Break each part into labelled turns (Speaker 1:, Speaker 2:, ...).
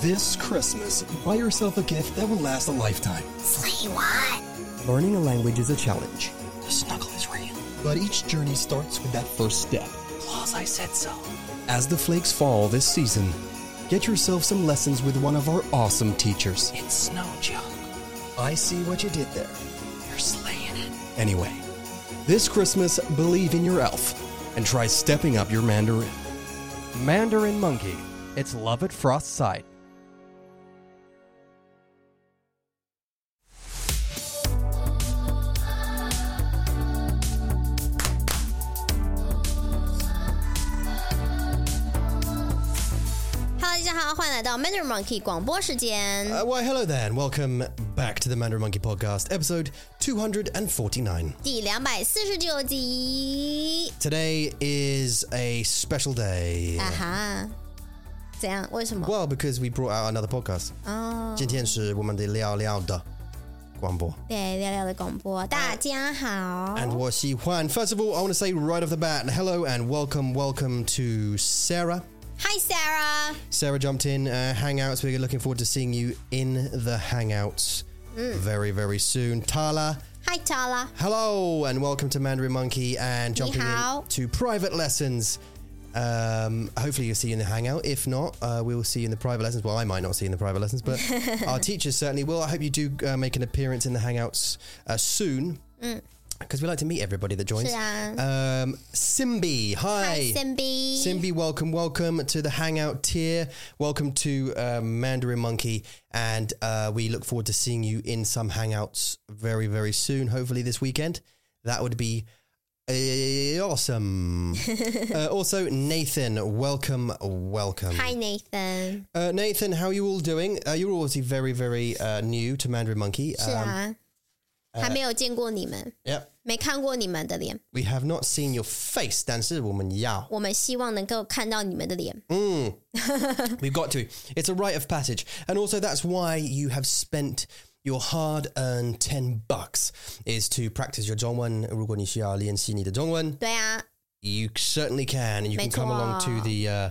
Speaker 1: This Christmas, buy yourself a gift that will last a lifetime.
Speaker 2: Slay what?
Speaker 3: Learning a language is a challenge,
Speaker 4: The snuggle is real.
Speaker 1: But each journey starts with that first step.
Speaker 4: Claus, I said so.
Speaker 1: As the flakes fall this season, get yourself some lessons with one of our awesome teachers.
Speaker 4: It's snow junk.
Speaker 1: I see what you did there.
Speaker 4: You're slaying it.
Speaker 1: Anyway, this Christmas, believe in your elf and try stepping up your Mandarin.
Speaker 3: Mandarin Monkey. It's love at first sight.
Speaker 2: Hello，大家好，欢迎来到 Mandarin Monkey 广播时间。
Speaker 1: Uh, why, hello there, and welcome back to the Mandarin Monkey Podcast, episode 249.
Speaker 2: 第两百四十九集。
Speaker 1: Today is a special day.
Speaker 2: 啊哈，怎样？为什么？
Speaker 1: Well, because we brought out another podcast.
Speaker 2: 哦，
Speaker 1: 今天是我们的聊聊的广播。
Speaker 2: 对，聊聊的广
Speaker 1: 哎
Speaker 2: 播，大家好。
Speaker 1: And what she Juan. First of all, I want to say right off the bat, hello and welcome, welcome to Sarah.
Speaker 2: Hi Sarah，
Speaker 1: Sarah jumped in uh, Hangouts. We're looking forward to seeing you in the Hangouts very, very soon. Tala,
Speaker 2: Hi Tala，
Speaker 1: hello and welcome to Mandarin Monkey and jumping in
Speaker 2: hao.
Speaker 1: to private lessons. Um, hopefully you'll see you in the hangout. If not, uh, we will see you in the private lessons. Well, I might not see you in the private lessons, but our teachers certainly will. I hope you do uh, make an appearance in the hangouts uh, soon
Speaker 2: Mm.
Speaker 1: because we like to meet everybody that joins.
Speaker 2: 是啊。
Speaker 1: Um, Simbi, hi.
Speaker 2: Hi Simbi，
Speaker 1: Simbi, welcome, welcome to the Hangout tier. Welcome to uh, Mandarin Monkey, and uh, we look forward to seeing you in some Hangouts very, very soon. Hopefully this weekend. That would be uh, awesome. uh, also, Nathan, welcome, welcome.
Speaker 2: Hi Nathan，
Speaker 1: Uh, Nathan, how are you all doing? Uh, you're obviously very, very uh, new to Mandarin Monkey. Uh,
Speaker 2: 是啊，
Speaker 1: 哎
Speaker 2: 还没有见过你们，
Speaker 1: Yep.
Speaker 2: 没看过你们的脸，
Speaker 1: We have not seen your face, 但是我们要。
Speaker 2: 我们希望能够看到你们的脸。
Speaker 1: 嗯 We've got to. It's a rite of passage. And also that's why you have spent your hard-earned 10 bucks is to practice your 中文.如果你需要练习你的中文,
Speaker 2: 对啊，
Speaker 1: you certainly can and you can come along to the uh,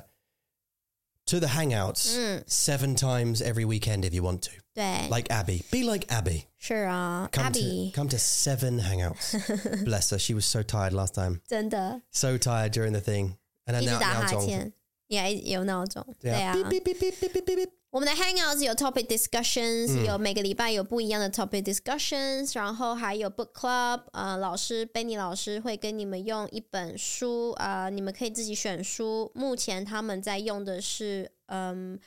Speaker 1: to the hangouts 7 times every weekend if you want to.
Speaker 2: 对，
Speaker 1: Like Abby. Be like Abby.
Speaker 2: 是啊
Speaker 1: Come
Speaker 2: ，Abby，
Speaker 1: to come to 7 hangouts. Bless her. She was so tired last time.
Speaker 2: 真的
Speaker 1: So tired during the thing. And
Speaker 2: 一
Speaker 1: her
Speaker 2: 直
Speaker 1: now,
Speaker 2: 打
Speaker 1: now
Speaker 2: 哈
Speaker 1: song.
Speaker 2: 欠，也有闹钟，对
Speaker 1: Yeah.
Speaker 2: 啊。
Speaker 1: Beep, beep, beep, beep, beep, beep, beep.
Speaker 2: 我们的 Hangouts 有 topic discussions，、有每个礼拜有不一样的 topic discussions，然后还有 book club，呃，老师 Benny 老师会跟你们用一本书，呃，你们可以自己选书。目前他们在用的是，嗯。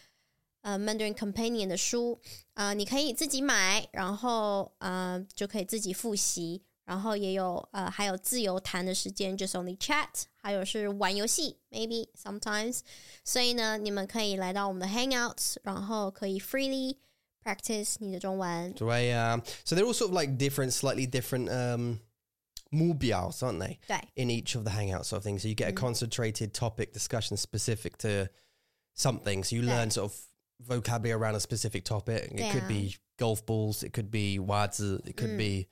Speaker 2: 呃，Mandarin Companion 的书，呃，你可以自己买，然后呃，就可以自己复习，然后也有呃，还有自由谈的时间，just only chat，还有是玩游戏，maybe sometimes，所以呢，你们可以来到我们的 Hangouts，然后可以 freely practice 你的中文。
Speaker 1: 对啊 um, So they're all sort of like different, slightly different um mubiaos, aren't they?
Speaker 2: 对
Speaker 1: In each of the hangouts sort of thing. So you get a concentrated topic discussion specific to something. So you learn sort of vocabulary around a specific topic. It could
Speaker 2: Yeah.
Speaker 1: be golf balls, it could be wazi, it could be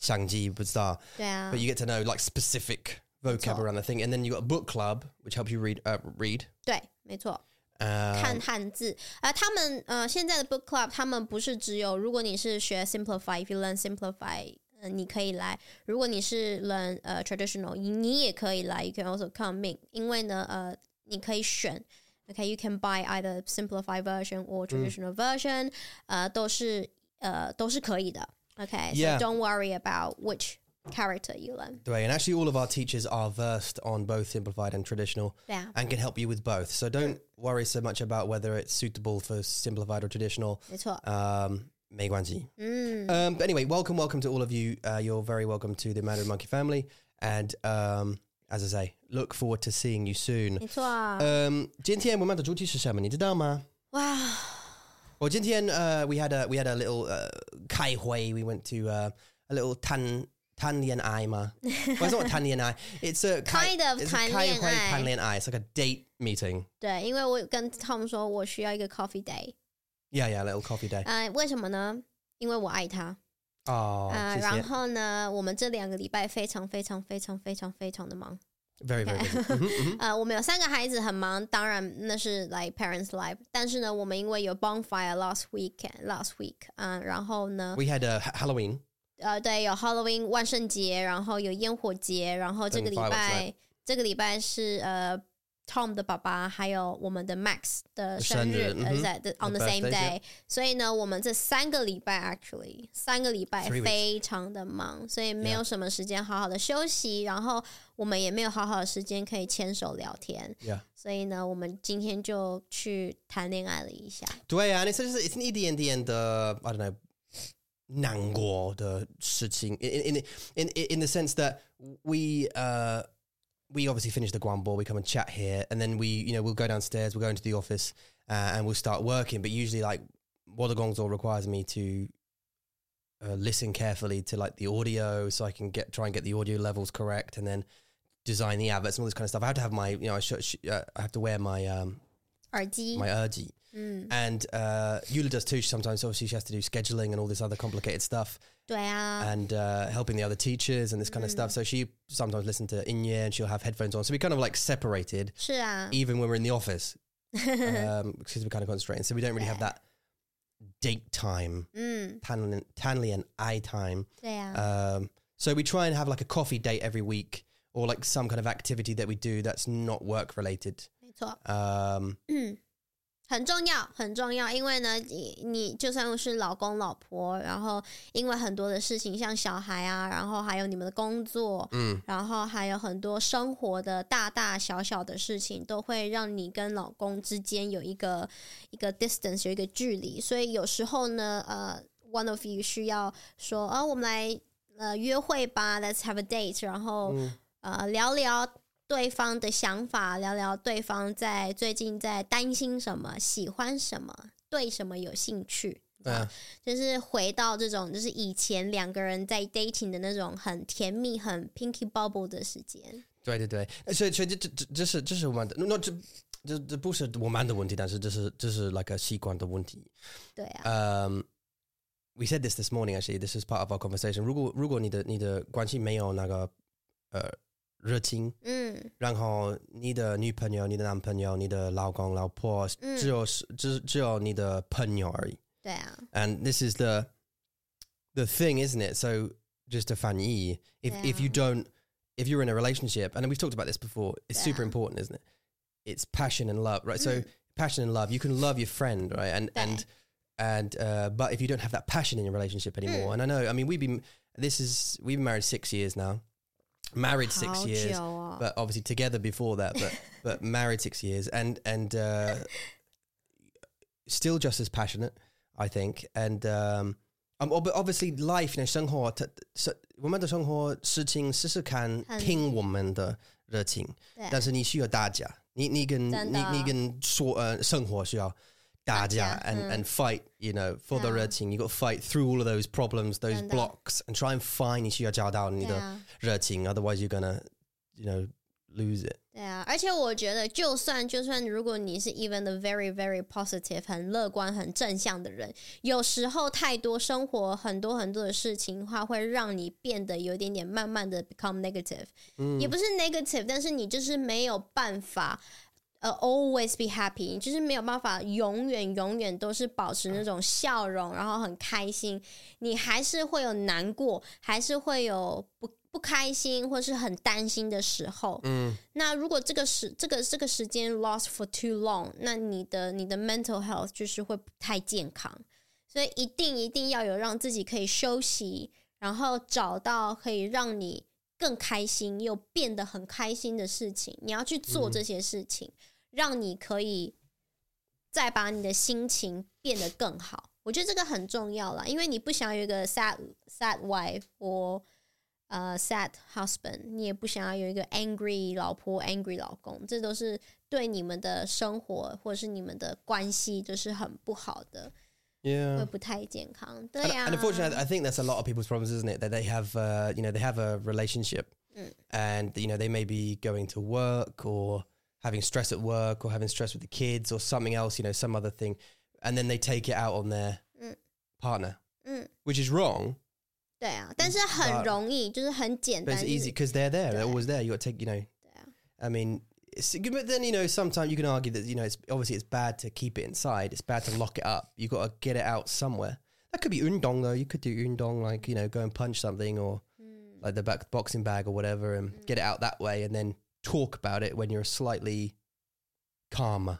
Speaker 1: shangji, bazaar.
Speaker 2: 对啊
Speaker 1: But，you get to know like specific vocab
Speaker 2: all.
Speaker 1: around the thing. And then you got a book club, which helps you read uh, read.
Speaker 2: 对，没错，看
Speaker 1: Um,
Speaker 2: 汉字。呃，他们呃现在的 book club，他们不是只有如果你是学 simplify，if you learn simplify，呃，你可以来；如果你是 learn 呃 traditional，你你也可以来，you can also come in，因为呢，呃，你可以选。OK，you、can buy either simplified version or traditional version，、呃，都是呃都是可以的。OK，so、
Speaker 1: Yeah.
Speaker 2: don't worry about which character you learn。
Speaker 1: and actually all of our teachers are versed on both simplified and traditional.
Speaker 2: 对啊，
Speaker 1: and can help you with both. So don't worry so much about whether it's suitable for simplified or traditional.
Speaker 2: 没错。
Speaker 1: Um, 没关系.
Speaker 2: 嗯，
Speaker 1: Um, but anyway, welcome, welcome to all of you. Uh, you're very welcome to the Mandarin Monkey family. And um, as I say, look forward to seeing you soon.
Speaker 2: 没错啊。
Speaker 1: Um, 今天我们的主题是什么？你知道吗？
Speaker 2: 哇，
Speaker 1: Well, 今天 uh, we had a we had a little uh, 开会. We went to uh, a little tan tan lian ai ma. Well, it's not tan lian ai. It's a
Speaker 2: Kind of
Speaker 1: it's a
Speaker 2: 谈恋爱。
Speaker 1: 开会, tan lian ai. It's like a date meeting.
Speaker 2: 对，因为我有跟 Tom 说我需要一个 coffee day，
Speaker 1: Yeah, yeah, a little coffee day.
Speaker 2: 呃，为什么呢？因为我爱他，
Speaker 1: 哦，
Speaker 2: 呃，
Speaker 1: 谢谢
Speaker 2: 然后呢，我们这两个礼拜非常非常非常非常非常的忙，
Speaker 1: Very, very busy. Mhm, mhm.
Speaker 2: 呃，我们有三个孩子很忙，当然那是 like parents life。但是呢，我们因为有 bonfire last weekend last week，嗯、然后呢，
Speaker 1: We had a h- Halloween.
Speaker 2: 呃，对，有 Halloween 万圣节，然后有烟火节，然后这个礼
Speaker 1: Bonfire
Speaker 2: 拜这个礼拜是呃 Tom 的爸爸还有我们的 Max 的生日，
Speaker 1: 生日嗯
Speaker 2: 呃，
Speaker 1: 哼
Speaker 2: 在 the- on the
Speaker 1: The
Speaker 2: same
Speaker 1: birthdays,
Speaker 2: day，所以呢，我们这三个礼拜 actually 三个礼拜
Speaker 1: Three weeks
Speaker 2: 非常的忙，所以没
Speaker 1: Yeah
Speaker 2: 有什么时间好好的休息，然后我们也没有好好的时间可以牵手聊天。
Speaker 1: Yeah.
Speaker 2: 所以呢，我们今天就去谈恋爱了一下。
Speaker 1: 对啊，那是就是 it's an EDN D and uh, I don't know 难过的事情 in in in in in the sense that we uh we obviously finish the guan ball, we come and chat here, and then we you know we'll go downstairs, we'll go into the office, uh, and we'll start working. But usually, like what the gongs all requires me to. Uh, listen carefully to like the audio so I can get try and get the audio levels correct and then design the adverts and all this kind of stuff. I have to have my you know I, sh- sh- uh, I have to wear my um
Speaker 2: 耳机，
Speaker 1: my urgy
Speaker 2: 嗯，
Speaker 1: and uh, Eula does too sometimes. Obviously, she has to do scheduling and all this other complicated stuff,
Speaker 2: 对啊，
Speaker 1: and uh, helping the other teachers and this kind of stuff. So she sometimes listens to Inye, and she'll have headphones on. So we kind of like separated,
Speaker 2: 是啊，
Speaker 1: even when we're in the office, um, because we're kind of concentrating. So we don't really have that date time,
Speaker 2: 嗯，
Speaker 1: Tanley Tanley and I time.
Speaker 2: 对啊，
Speaker 1: Um, so we try and have like a coffee date every week, or like some kind of activity that we do that's not work related.
Speaker 2: 没错，
Speaker 1: Um,
Speaker 2: 嗯，很重要，很重要，因为呢，你你就算是老公老婆，然后因为很多的事情，像小孩啊，然后还有你们的工作，
Speaker 1: mm,
Speaker 2: 然后还有很多生活的大大小小的事情，都会让你跟老公之间有一个一个 distance，有一个距离。所以有时候呢，呃，one of you 需要说，哦，我们来呃约会吧，let's have a date，然后、呃聊聊对方的想法，聊聊对方在最近在担心什么，喜欢什么，对什么有兴趣。
Speaker 1: uh,
Speaker 2: 就是回到这种，就是以前两个人在 dating 的那种很甜蜜、很 pinky bubble 的时间。
Speaker 1: 对对对，呃所以所以这这这这是这是我们的，那这这这不是我们的问题，但是这是这是 like a 习惯的问题。
Speaker 2: 对啊，
Speaker 1: 嗯、w e said this this morning actually. This is part of our conversation. 如果如果你的你的关系没有那个呃热情，
Speaker 2: 嗯，
Speaker 1: 然后你的女朋友、你的男朋友、你的老公、老婆，
Speaker 2: 嗯
Speaker 1: 只有是只只有你的朋友而已。
Speaker 2: 对啊，
Speaker 1: And this is the the thing, isn't it? So just a fan if if you
Speaker 2: Yeah.
Speaker 1: don't if you're in a relationship, and we've talked about this before, it's super
Speaker 2: Yeah.
Speaker 1: important, isn't it? It's passion and love, right? So
Speaker 2: Mm.
Speaker 1: passion and love, you can love your friend, right? And
Speaker 2: Yeah.
Speaker 1: and and uh, but if you don't have that passion in your relationship anymore,
Speaker 2: Mm.
Speaker 1: and I know, I mean, we've been this is we've been married six years now, married six
Speaker 2: 嗯好
Speaker 1: years, 啊
Speaker 2: 久哦。
Speaker 1: but obviously together before that, but but married six years and and uh, still just as passionate, I think. And um, um ob- obviously life, you know, 生活, t- so,
Speaker 2: 很-
Speaker 1: 我们的生活事情是是看听我们的热情，但是你需要大家，你你跟
Speaker 2: 真的。
Speaker 1: 你你跟说呃生活需要大家
Speaker 2: 大家，
Speaker 1: and
Speaker 2: 嗯。
Speaker 1: and fight you know for the
Speaker 2: Yeah.
Speaker 1: 热情 you got to fight through all of those problems those
Speaker 2: 真的。
Speaker 1: blocks and try and find 你需要找到你的
Speaker 2: 对啊，
Speaker 1: 热情，otherwise you're gonna you know lose it。
Speaker 2: 对啊，而且我觉得，就算就算如果你是 even the very very positive，很乐观、很正向的人，有时候太多生活很多很多的事情的话，会让你变得有一点点慢慢的 become negative。也不是 negative，但是你就是没有办法。呃、a l w a y s be happy，你就是没有办法永远永远都是保持那种笑容，然后很开心，你还是会有难过，还是会有不不开心或是很担心的时候。
Speaker 1: 嗯，
Speaker 2: 那如果这个时这个这个时间 lost for too long，那你的你的 mental health 就是会不太健康，所以一定一定要有让自己可以休息，然后找到可以让你更开心又变得很开心的事情，你要去做这些事情，让你可以再把你的心情变得更好。我觉得这个很重要啦，因为你不想有一个 sad sad wife 或呃 sad husband，你也不想要有一个 angry 老婆、angry 老公，这都是对你们的生活或者是你们的关系就是很不好的，
Speaker 1: Yeah.
Speaker 2: 会不太健康。对
Speaker 1: 嗯 And,
Speaker 2: 呀、
Speaker 1: and unfortunately, I think that's a lot of people's problems, isn't it? That they have, uh, you know, they have a relationship,
Speaker 2: Mm.
Speaker 1: and you know, they may be going to work or having stress at work or having stress with the kids or something else, you know, some other thing, and then they take it out on their
Speaker 2: Mm.
Speaker 1: partner,
Speaker 2: 嗯，
Speaker 1: which is wrong,
Speaker 2: 对啊，但是很容易，就是很简
Speaker 1: but
Speaker 2: 单，
Speaker 1: it's
Speaker 2: 就是
Speaker 1: 嗯 easy because they're there, they're
Speaker 2: Yeah.
Speaker 1: always there. You got to take, you know,
Speaker 2: Yeah.
Speaker 1: I mean, it's, but then you know, sometimes you can argue that you know, it's obviously it's bad to keep it inside. It's bad to lock it up. You got to get it out somewhere. That could be undong though. You could do undong, like you know, go and punch something or
Speaker 2: 嗯
Speaker 1: like the back boxing bag or whatever, and get it out that way, and then talk about it when you're slightly calmer,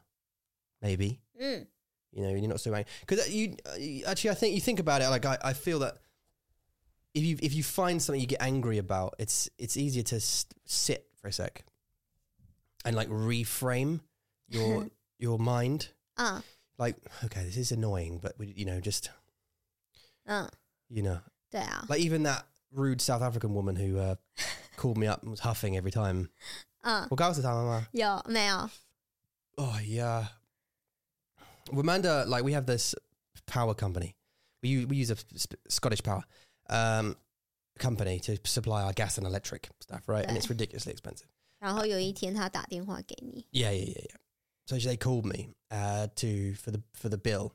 Speaker 1: maybe.
Speaker 2: 嗯
Speaker 1: You know, you're not so angry because you uh, you- actually. I think you think about it. Like I, I feel that if you if you find something you get angry about, it's it's easier to s sit for a sec and like reframe your your mind.
Speaker 2: 啊
Speaker 1: Like, okay, this is annoying, but we, you know, just
Speaker 2: 嗯，
Speaker 1: you know,
Speaker 2: 对啊
Speaker 1: like even that rude South African woman who uh, called me up and was huffing every time.
Speaker 2: 嗯，
Speaker 1: Well, guys, I'm
Speaker 2: 有没有？
Speaker 1: Oh yeah. Womanda, like we have this power company. We use, we use a sp- Scottish power um, company to supply our gas and electric stuff, right? And it's ridiculously expensive.
Speaker 2: 然后有一天他打电话给你，
Speaker 1: Yeah, yeah, yeah, yeah. So they called me uh, to for the for the bill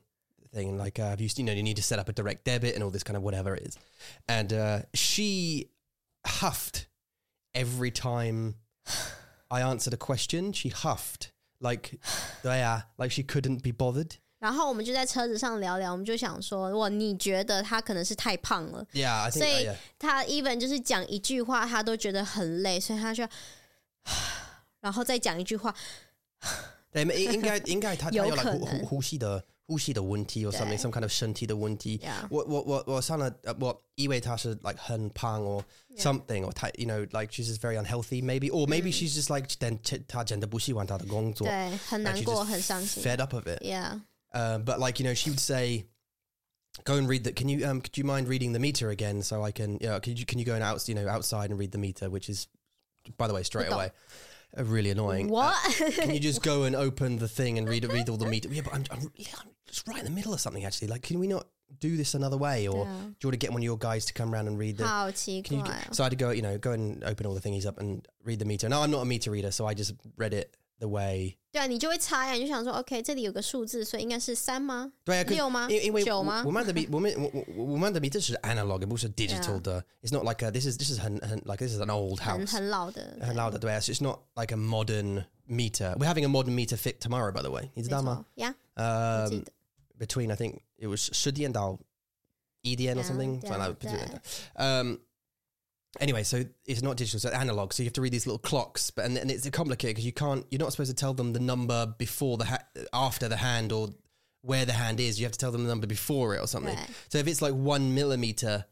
Speaker 1: thing, like uh, you, you know you need to set up a direct debit and all this kind of whatever it is, and uh, she huffed every time I answered a question. She huffed like yeah, like she couldn't be bothered.
Speaker 2: 然后我们就在车子上聊聊，我们就想说，哇，你觉得他可能是太胖了，
Speaker 1: Yeah, I think
Speaker 2: So-
Speaker 1: uh, yeah.
Speaker 2: 他 even 就是讲一句话，他都觉得很累，所以他就，然后再讲一句话，
Speaker 1: 对，没应应该应该他他
Speaker 2: 有
Speaker 1: 有 like
Speaker 2: 可
Speaker 1: 呼呼
Speaker 2: 能
Speaker 1: 呼吸的呼吸的问题，or something
Speaker 2: 对
Speaker 1: some kind of 身体的问题。
Speaker 2: Yeah.
Speaker 1: 我我我我上了呃我以为她是 like 很胖 or something or 太 you know like she's just very unhealthy maybe or maybe she's just like 但她真的不喜欢她的工作，
Speaker 2: Mm。对，很
Speaker 1: and
Speaker 2: 难
Speaker 1: she's
Speaker 2: 过，
Speaker 1: just
Speaker 2: 很伤心
Speaker 1: fed up of it.
Speaker 2: ，Yeah，
Speaker 1: Uh, but like you know she would say. Go and read that. Can you um? Could you mind reading the meter again so I can? Yeah. Could you can you go and out you know outside and read the meter, which is, by the way, straight
Speaker 2: Good
Speaker 1: away,
Speaker 2: dog.
Speaker 1: uh, really annoying. Uh,
Speaker 2: what？
Speaker 1: can you just go and open the thing and read read all the meat? Yeah, but I'm, I'm, yeah, I'm just right in the middle of something actually. Like, can we not do this another way, or
Speaker 2: Yeah.
Speaker 1: do you want to get one of your guys to come round and read the?
Speaker 2: 好奇
Speaker 1: Can
Speaker 2: 怪
Speaker 1: you,
Speaker 2: 哦，
Speaker 1: so I had to go, you know, go and open all the thingies up and read the meter. Now I'm not a meter reader, so I just read it the way.
Speaker 2: 对啊，你就会猜啊，你就想说，OK，这里有个数字，所以应该是三吗？
Speaker 1: 对啊，
Speaker 2: 六吗？
Speaker 1: 因因为
Speaker 2: 九
Speaker 1: 我
Speaker 2: 吗
Speaker 1: 我？们的 meter 我们我我我们的 meter 是 analog，不是 digital 的。It's not like a, this is this is 很很 like this is an old
Speaker 2: 很
Speaker 1: house，
Speaker 2: 很老的，
Speaker 1: 很老的对啊，so It's not like a modern meter. We're having a modern meter fit tomorrow, by the way. 你知
Speaker 2: 知
Speaker 1: 道吗？
Speaker 2: 呀，我记
Speaker 1: Um,
Speaker 2: 得
Speaker 1: between I think it was Shudien Dao EDN E or
Speaker 2: Yeah,
Speaker 1: something.
Speaker 2: yeah,
Speaker 1: something like that.
Speaker 2: yeah.
Speaker 1: Um anyway, so it's not digital, so analog. So you have to read these little clocks, but and, and it's complicated because you can't you're not supposed to tell them the number before the ha- after the hand or where the hand is. You have to tell them the number before it or something.
Speaker 2: Right.
Speaker 1: So if it's like one millimeter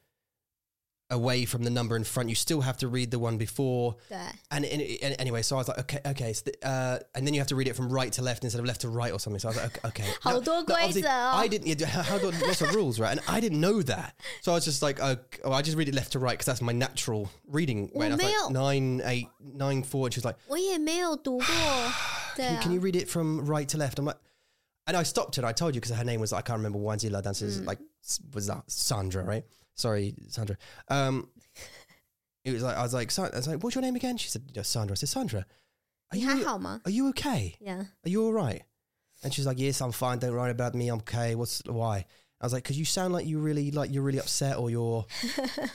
Speaker 1: away from the number in front, you still have to read the one before.
Speaker 2: 对。
Speaker 1: And, and, and anyway, so I was like, okay, okay. So the, uh, and then you have to read it from right to left instead of left to right or something. So I was like, okay. okay.
Speaker 2: 好多规则哦
Speaker 1: obviously, I didn't, yeah, how, how do, lots of rules, right? And I didn't know that. So I was just like, oh, oh, I just read it left to right because that's my natural reading. way. And I was
Speaker 2: Well,
Speaker 1: like, nine, eight, nine, four. And she was like,
Speaker 2: 我也没有 读过，对
Speaker 1: can,
Speaker 2: 啊
Speaker 1: you- can you read it from right to left? I'm like, and I stopped her. I told you because her name was I can't remember Wanzila dances like s- was that Sandra, right? Sorry, Sandra. Um, it was like I was like, Sa- I was like, what's your name again? She said, you know, Sandra. I said, Sandra, are
Speaker 2: 你
Speaker 1: you
Speaker 2: 还好吗
Speaker 1: are you okay?
Speaker 2: ？Yeah，
Speaker 1: Are you all right? And she's like, yes, I'm fine. Don't worry about me. I'm okay. What's why? I was like, because you sound like you really like you're really upset or you're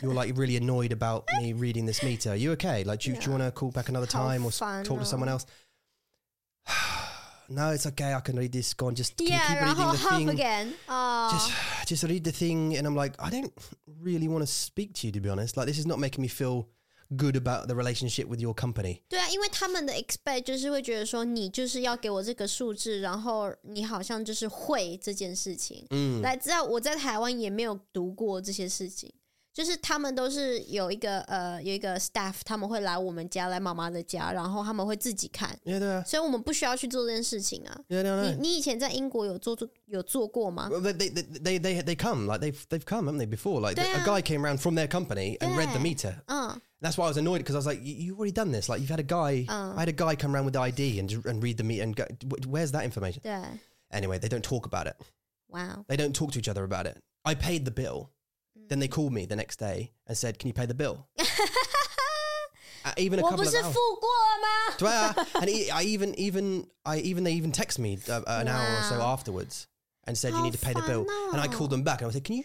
Speaker 1: you're like really annoyed about me reading this meter. Are you okay? Like, do, you do you want to call back another
Speaker 2: How
Speaker 1: time or s-
Speaker 2: fun,
Speaker 1: talk to someone
Speaker 2: oh.
Speaker 1: else? no, it's okay. I can read this. Go on, just can you
Speaker 2: Yeah，
Speaker 1: keep
Speaker 2: 然
Speaker 1: reading
Speaker 2: 后
Speaker 1: the
Speaker 2: half
Speaker 1: thing.
Speaker 2: again 哦，
Speaker 1: Just just read the thing. And I'm like, I don't really want to speak to you to be honest. Like, this is not making me feel good about the relationship with your company.
Speaker 2: 对啊，因为他们的 expect 就是会觉得说你就是要给我这个数字，然后你好像就是会这件事情。嗯，来，知道我在台湾也没有读过这些事情，就是他们都是有一个呃有一个 staff，他们会来我们家，来妈妈的家，然后他们会自己看，
Speaker 1: Yeah, no,
Speaker 2: 所以我们不需要去做这件事情啊。
Speaker 1: yeah, no, no.
Speaker 2: 你你以前在英国有做做有做过吗？
Speaker 1: Well, they, they, they, they, they come like they've they've come, haven't they? Before, like
Speaker 2: They
Speaker 1: a
Speaker 2: are.
Speaker 1: guy came around from their company and read the
Speaker 2: Yeah.
Speaker 1: meter.
Speaker 2: 嗯，
Speaker 1: That's why I was annoyed because I was like, "You- you've already done this. Like you've had a guy,
Speaker 2: Oh.
Speaker 1: I had a guy come around with the ID and and read the meter and go, "Wh- where's that information?
Speaker 2: 对，
Speaker 1: Anyway, they don't talk about it.
Speaker 2: 哇哦，
Speaker 1: They don't talk to each other about it. I paid the bill.
Speaker 2: Mm.
Speaker 1: Then they called me the next day and said, "Can you pay the bill?" Uh, even a
Speaker 2: 我啊
Speaker 1: couple
Speaker 2: 不
Speaker 1: of
Speaker 2: 是付
Speaker 1: hours.
Speaker 2: 过了吗？
Speaker 1: Do I- and e- I even even I even they even text me uh, an hour or so
Speaker 2: Wow.
Speaker 1: afterwards and said you
Speaker 2: How
Speaker 1: need to pay the bill. And I
Speaker 2: fun.
Speaker 1: called them back and I said, "Can you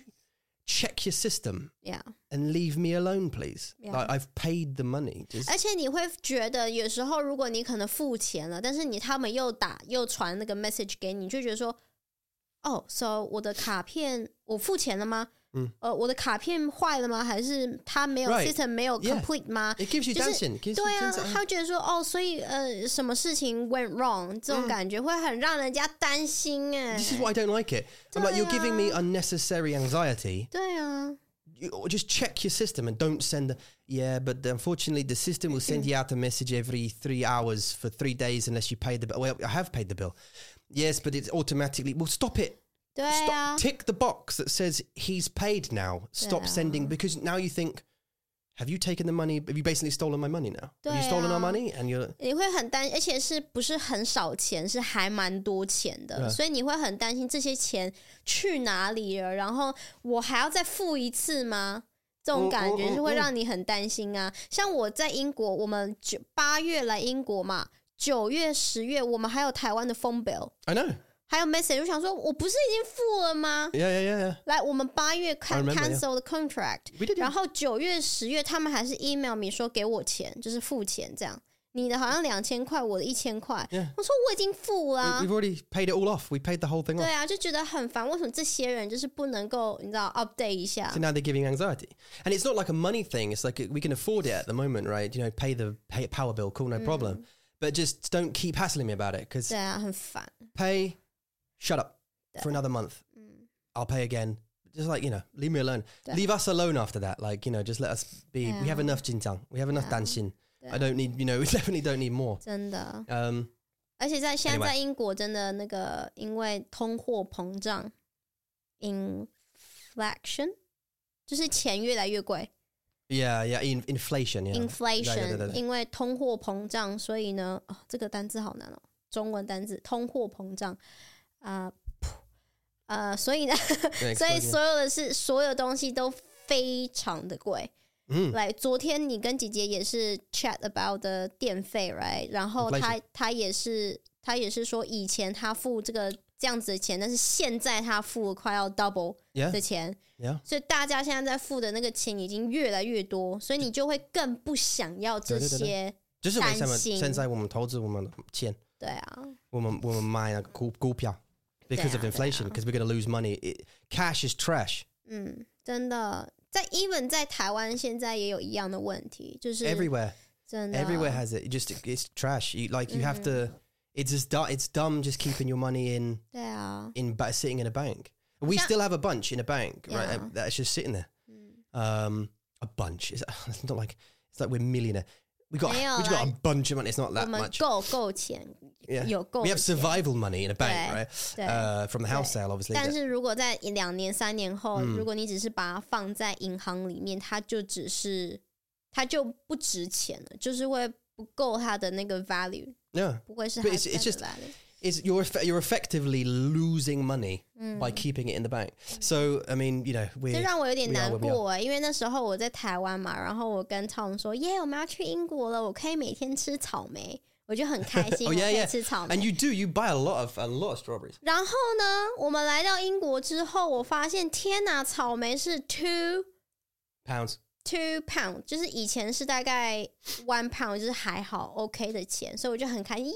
Speaker 1: check your system
Speaker 2: yeah。
Speaker 1: and leave me alone, please.
Speaker 2: Yeah.
Speaker 1: Like I've paid the money. Just
Speaker 2: 而且你会觉得，有时候如果你可能付钱了，但是你他们又打又传那个 message 给你，你就觉得说，哦、s o 我的卡片我付钱了吗？
Speaker 1: 嗯，
Speaker 2: 呃，我的卡片坏了吗？还是他没有
Speaker 1: Right.
Speaker 2: system 没有
Speaker 1: Yeah.
Speaker 2: complete 吗
Speaker 1: it gives you
Speaker 2: 就是
Speaker 1: dancing. It gives
Speaker 2: 对
Speaker 1: you
Speaker 2: 啊
Speaker 1: dancing.，
Speaker 2: 他觉得说哦，所以呃，什么事情 went wrong
Speaker 1: 嗯
Speaker 2: 这种感觉会很让人家担心哎、
Speaker 1: This is why I don't like it. I'm like, you're giving me unnecessary anxiety.
Speaker 2: 对啊，
Speaker 1: You, or just check your system and don't send. The, yeah, but unfortunately, the system will send you out a message every three hours for three days unless you pay the bill. Well, I have paid the bill. Yes, but it's automatically. Well, stop it.
Speaker 2: 对
Speaker 1: Stop.
Speaker 2: 啊，
Speaker 1: Tick the box that says he's paid now. Stop
Speaker 2: Yeah.
Speaker 1: sending because now you think, have you taken the money? Have you basically stolen my money now? Have you stolen our
Speaker 2: Yeah.
Speaker 1: money? And you're.
Speaker 2: 你会很担，而且是不是很少钱，是还蛮多钱的，
Speaker 1: 对
Speaker 2: 所以你会很担心这些钱去哪里了，然后我还要再付一次吗？这种感
Speaker 1: 嗯嗯
Speaker 2: 觉
Speaker 1: 嗯
Speaker 2: 是会
Speaker 1: 嗯
Speaker 2: 让你很担心啊。像我在英国，我们九八月来英国嘛，九月、十月我们还有台湾的风 bill，
Speaker 1: I know.
Speaker 2: 还有 message，我想说我不是已经付了吗？
Speaker 1: Yeah, yeah, yeah, yeah.
Speaker 2: 来，我们八月 can
Speaker 1: remember, yeah.
Speaker 2: cancel the contract，
Speaker 1: We did.
Speaker 2: 然后九月、十月他们还是 email 你说给我钱，就是付钱这样。你的好像两千块，我的一千块。
Speaker 1: Yeah.
Speaker 2: 我说我已经付了、
Speaker 1: We,
Speaker 2: 啊
Speaker 1: we've，already paid it all off. We paid the whole thing
Speaker 2: 对
Speaker 1: off.
Speaker 2: 啊，就觉得很烦。为什么这些人就是不能够你知道 update 一下
Speaker 1: So？now they're giving anxiety, and it's not like a money thing. It's like we can afford it at the moment, right? You know, pay the pay power bill, cool, no
Speaker 2: Mm.
Speaker 1: problem. But just don't keep hassling me about it because
Speaker 2: 嗯对啊，很烦。
Speaker 1: pay, shut up
Speaker 2: Yeah.
Speaker 1: for another month.
Speaker 2: 嗯
Speaker 1: I'll pay again. Just like you know, leave me alone.
Speaker 2: Yeah.
Speaker 1: Leave us alone after that. Like you know, just let us be. We have
Speaker 2: Yeah.
Speaker 1: enough jinjang. We have enough
Speaker 2: Yeah.
Speaker 1: dancing.
Speaker 2: Yeah.
Speaker 1: I don't need. You know, we definitely don't need more.
Speaker 2: 真的，
Speaker 1: Um,
Speaker 2: 而且在现在
Speaker 1: Anyway
Speaker 2: 在英国，真的那个因为通货膨胀，inflation，就是钱越来越贵。
Speaker 1: yeah, yeah. In, inflation. Yeah. Yeah, yeah, yeah,
Speaker 2: inflation，
Speaker 1: yeah.
Speaker 2: 因为通货膨胀，所以呢，哦，这个单字好难哦，中文单字通货膨胀啊，噗呃，所以呢，
Speaker 1: Yeah,
Speaker 2: 所以
Speaker 1: explosion.
Speaker 2: 所有的事，所有东西都非常的贵。
Speaker 1: 嗯
Speaker 2: 来，昨天你跟姐姐也是 chat about 的电费，right？然后她
Speaker 1: Inflation
Speaker 2: 她也是她也是说，以前她付这个这样子的钱，但是现在她付了快要 double
Speaker 1: yeah,
Speaker 2: 的钱。
Speaker 1: yeah.
Speaker 2: 所以大家现在在付的那个钱已经越来越多，所以你就会更不想要这
Speaker 1: 对对对
Speaker 2: 些。
Speaker 1: 就是为什么
Speaker 2: 担心
Speaker 1: 现在我们投资我们的钱，
Speaker 2: 对啊，
Speaker 1: 我们我们买那个股股票，because of
Speaker 2: 对啊
Speaker 1: inflation,
Speaker 2: 对啊
Speaker 1: because we're going to lose money. It- cash is trash
Speaker 2: 嗯，真的，在 even 在台湾现在也有一样的问题，就是
Speaker 1: everywhere.
Speaker 2: 真的啊
Speaker 1: Everywhere has it. It Just it's trash. You, like you have
Speaker 2: Mm-hmm.
Speaker 1: to. It's just du- it's dumb just keeping your money in
Speaker 2: 对啊，
Speaker 1: in ba- sitting in a bank. We
Speaker 2: Yeah.
Speaker 1: still have a bunch in a bank, right?
Speaker 2: Yeah. Hmm.
Speaker 1: That's just sitting there. Um, a bunch. It's, it's not like it's like we're millionaire. We got we
Speaker 2: Yeah,
Speaker 1: just got a
Speaker 2: like-
Speaker 1: bunch of money. It's not
Speaker 2: 我
Speaker 1: that
Speaker 2: 们
Speaker 1: much.
Speaker 2: 够够钱，
Speaker 1: Yeah.
Speaker 2: 有 够
Speaker 1: We have
Speaker 2: 钱。
Speaker 1: survival money in a bank,
Speaker 2: Yeah.
Speaker 1: right?
Speaker 2: Yeah.
Speaker 1: Uh, from the house
Speaker 2: Yeah.
Speaker 1: sale, obviously.
Speaker 2: 但
Speaker 1: that-
Speaker 2: 是如果在一两年、三年后，
Speaker 1: 嗯
Speaker 2: 如果你只是把它放在银行里面，它就只是，它就不值钱了，就是会不够它的那个 value，
Speaker 1: Yeah,
Speaker 2: 不会是它
Speaker 1: But
Speaker 2: 的
Speaker 1: it's- it's just-
Speaker 2: value。
Speaker 1: is you're effe- you're effectively losing money
Speaker 2: Hmm.
Speaker 1: by keeping it in the bank. So I mean, you know,
Speaker 2: 这
Speaker 1: we're
Speaker 2: 让我有点
Speaker 1: we are Oh,
Speaker 2: 难
Speaker 1: where we
Speaker 2: 过哎、因为那时候我在台湾嘛，然后我跟 Tom 说，耶，我们要去英国了，我可以每天吃草莓，我就很开 心，
Speaker 1: Oh,
Speaker 2: 我可
Speaker 1: yeah,
Speaker 2: 以
Speaker 1: yeah.
Speaker 2: 吃草
Speaker 1: and
Speaker 2: 莓。
Speaker 1: you do you buy a lot of a lot of strawberries.
Speaker 2: 然后呢，我们来到英国之后，我发现，天哪，草莓是 two
Speaker 1: Pounds.
Speaker 2: two pound，就是以前是大概 one pound，就是还好 OK 的钱，所以我就很开心，呀，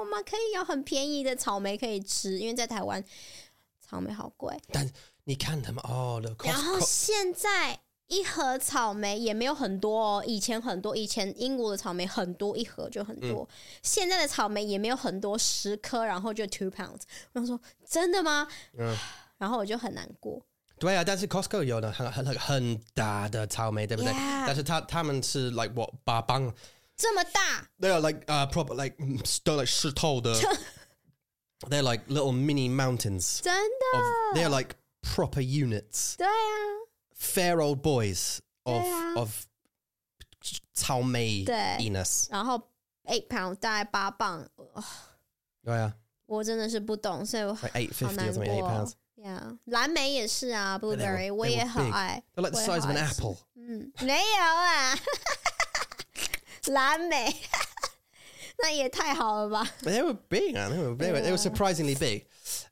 Speaker 2: 我们可以有很便宜的草莓可以吃，因为在台湾草莓好贵。
Speaker 1: Then you can them. Oh, the
Speaker 2: 然
Speaker 1: cost.
Speaker 2: 后
Speaker 1: cost-
Speaker 2: 现在一盒草莓也没有很多哦，以前很多，以前英国的草莓很多，一盒就很多。
Speaker 1: 嗯
Speaker 2: 现在的草莓也没有很多，十颗然后就 two pounds。我想说，真的吗？
Speaker 1: 嗯
Speaker 2: 然后我就很难过。
Speaker 1: 对啊，但是 Costco 有的很很很大的草莓，对不对
Speaker 2: Yeah.
Speaker 1: 但是他他们是 like what 八磅，
Speaker 2: 这么大，
Speaker 1: they are like uh proper like they're like 石头的，they're like little mini mountains
Speaker 2: 真
Speaker 1: of
Speaker 2: 的
Speaker 1: they're like proper units
Speaker 2: 对啊，
Speaker 1: fair old boys of
Speaker 2: Yeah.
Speaker 1: of Tao Mei
Speaker 2: 对。
Speaker 1: Enos.
Speaker 2: 然后 eight pounds 大概八磅，哦
Speaker 1: Oh, yeah.
Speaker 2: 我真的是不懂，所以我
Speaker 1: Like 850 or
Speaker 2: 好难
Speaker 1: something, 8
Speaker 2: 过
Speaker 1: pounds.。
Speaker 2: Yeah，蓝莓也是啊
Speaker 1: they were- they
Speaker 2: ，blueberry
Speaker 1: were
Speaker 2: 我也很
Speaker 1: big.
Speaker 2: 爱。
Speaker 1: They're like the
Speaker 2: 我也
Speaker 1: size of
Speaker 2: 好
Speaker 1: an
Speaker 2: 爱吃
Speaker 1: apple.
Speaker 2: 嗯，没有啊， 蓝莓， 那也太好了吧？
Speaker 1: They were big, man. They were, they were, they were surprisingly big.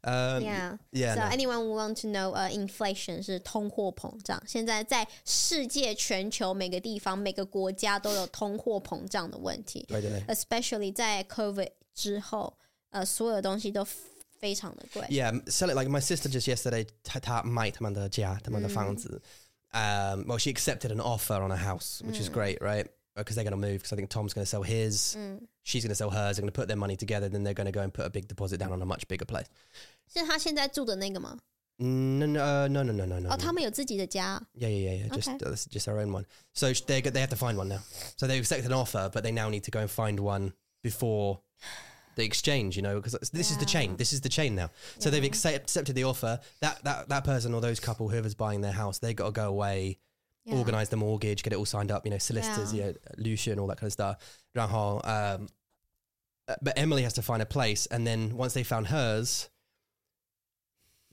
Speaker 1: Um,
Speaker 2: Yeah.
Speaker 1: yeah,
Speaker 2: So
Speaker 1: no.
Speaker 2: anyone who want to know, uh, inflation 是通货膨胀。现在在世界全球每个地方、每个国家都有通货膨胀的问题。
Speaker 1: I don't know.
Speaker 2: Especially 在 COVID 之后，呃，所有东西都非常的贵。
Speaker 1: Yeah, m- sell it like my sister just yesterday. Mm. Um, well, she accepted an offer on a house, which is great, right? Because they're going to move. Because I think Tom's going to sell his, she's going to sell hers. They're going to put their money together, then they're going to go and put a big deposit down on a much bigger place.
Speaker 2: 是他现在住的那个吗？
Speaker 1: No, no, uh, no, no, no, no, no. no.
Speaker 2: 哦，他们有自己的家。
Speaker 1: Yeah, yeah, yeah, yeah. Just
Speaker 2: Oh, Okay.
Speaker 1: uh, this is just our own one. So sh- they they have to find one now. So they accepted an offer, but they now need to go and find one before the exchange. You know, because this is the chain. This is the chain now. So they've accept, accepted the offer. That that that person or those couple, whoever's buying their house, they got to go away,
Speaker 2: Yeah.
Speaker 1: organize the mortgage, get it all signed up. You know, solicitors,
Speaker 2: Yeah.
Speaker 1: you know, Lucian, all that kind of stuff. 然后, Um, uh, but Emily has to find a place, and then once they found hers.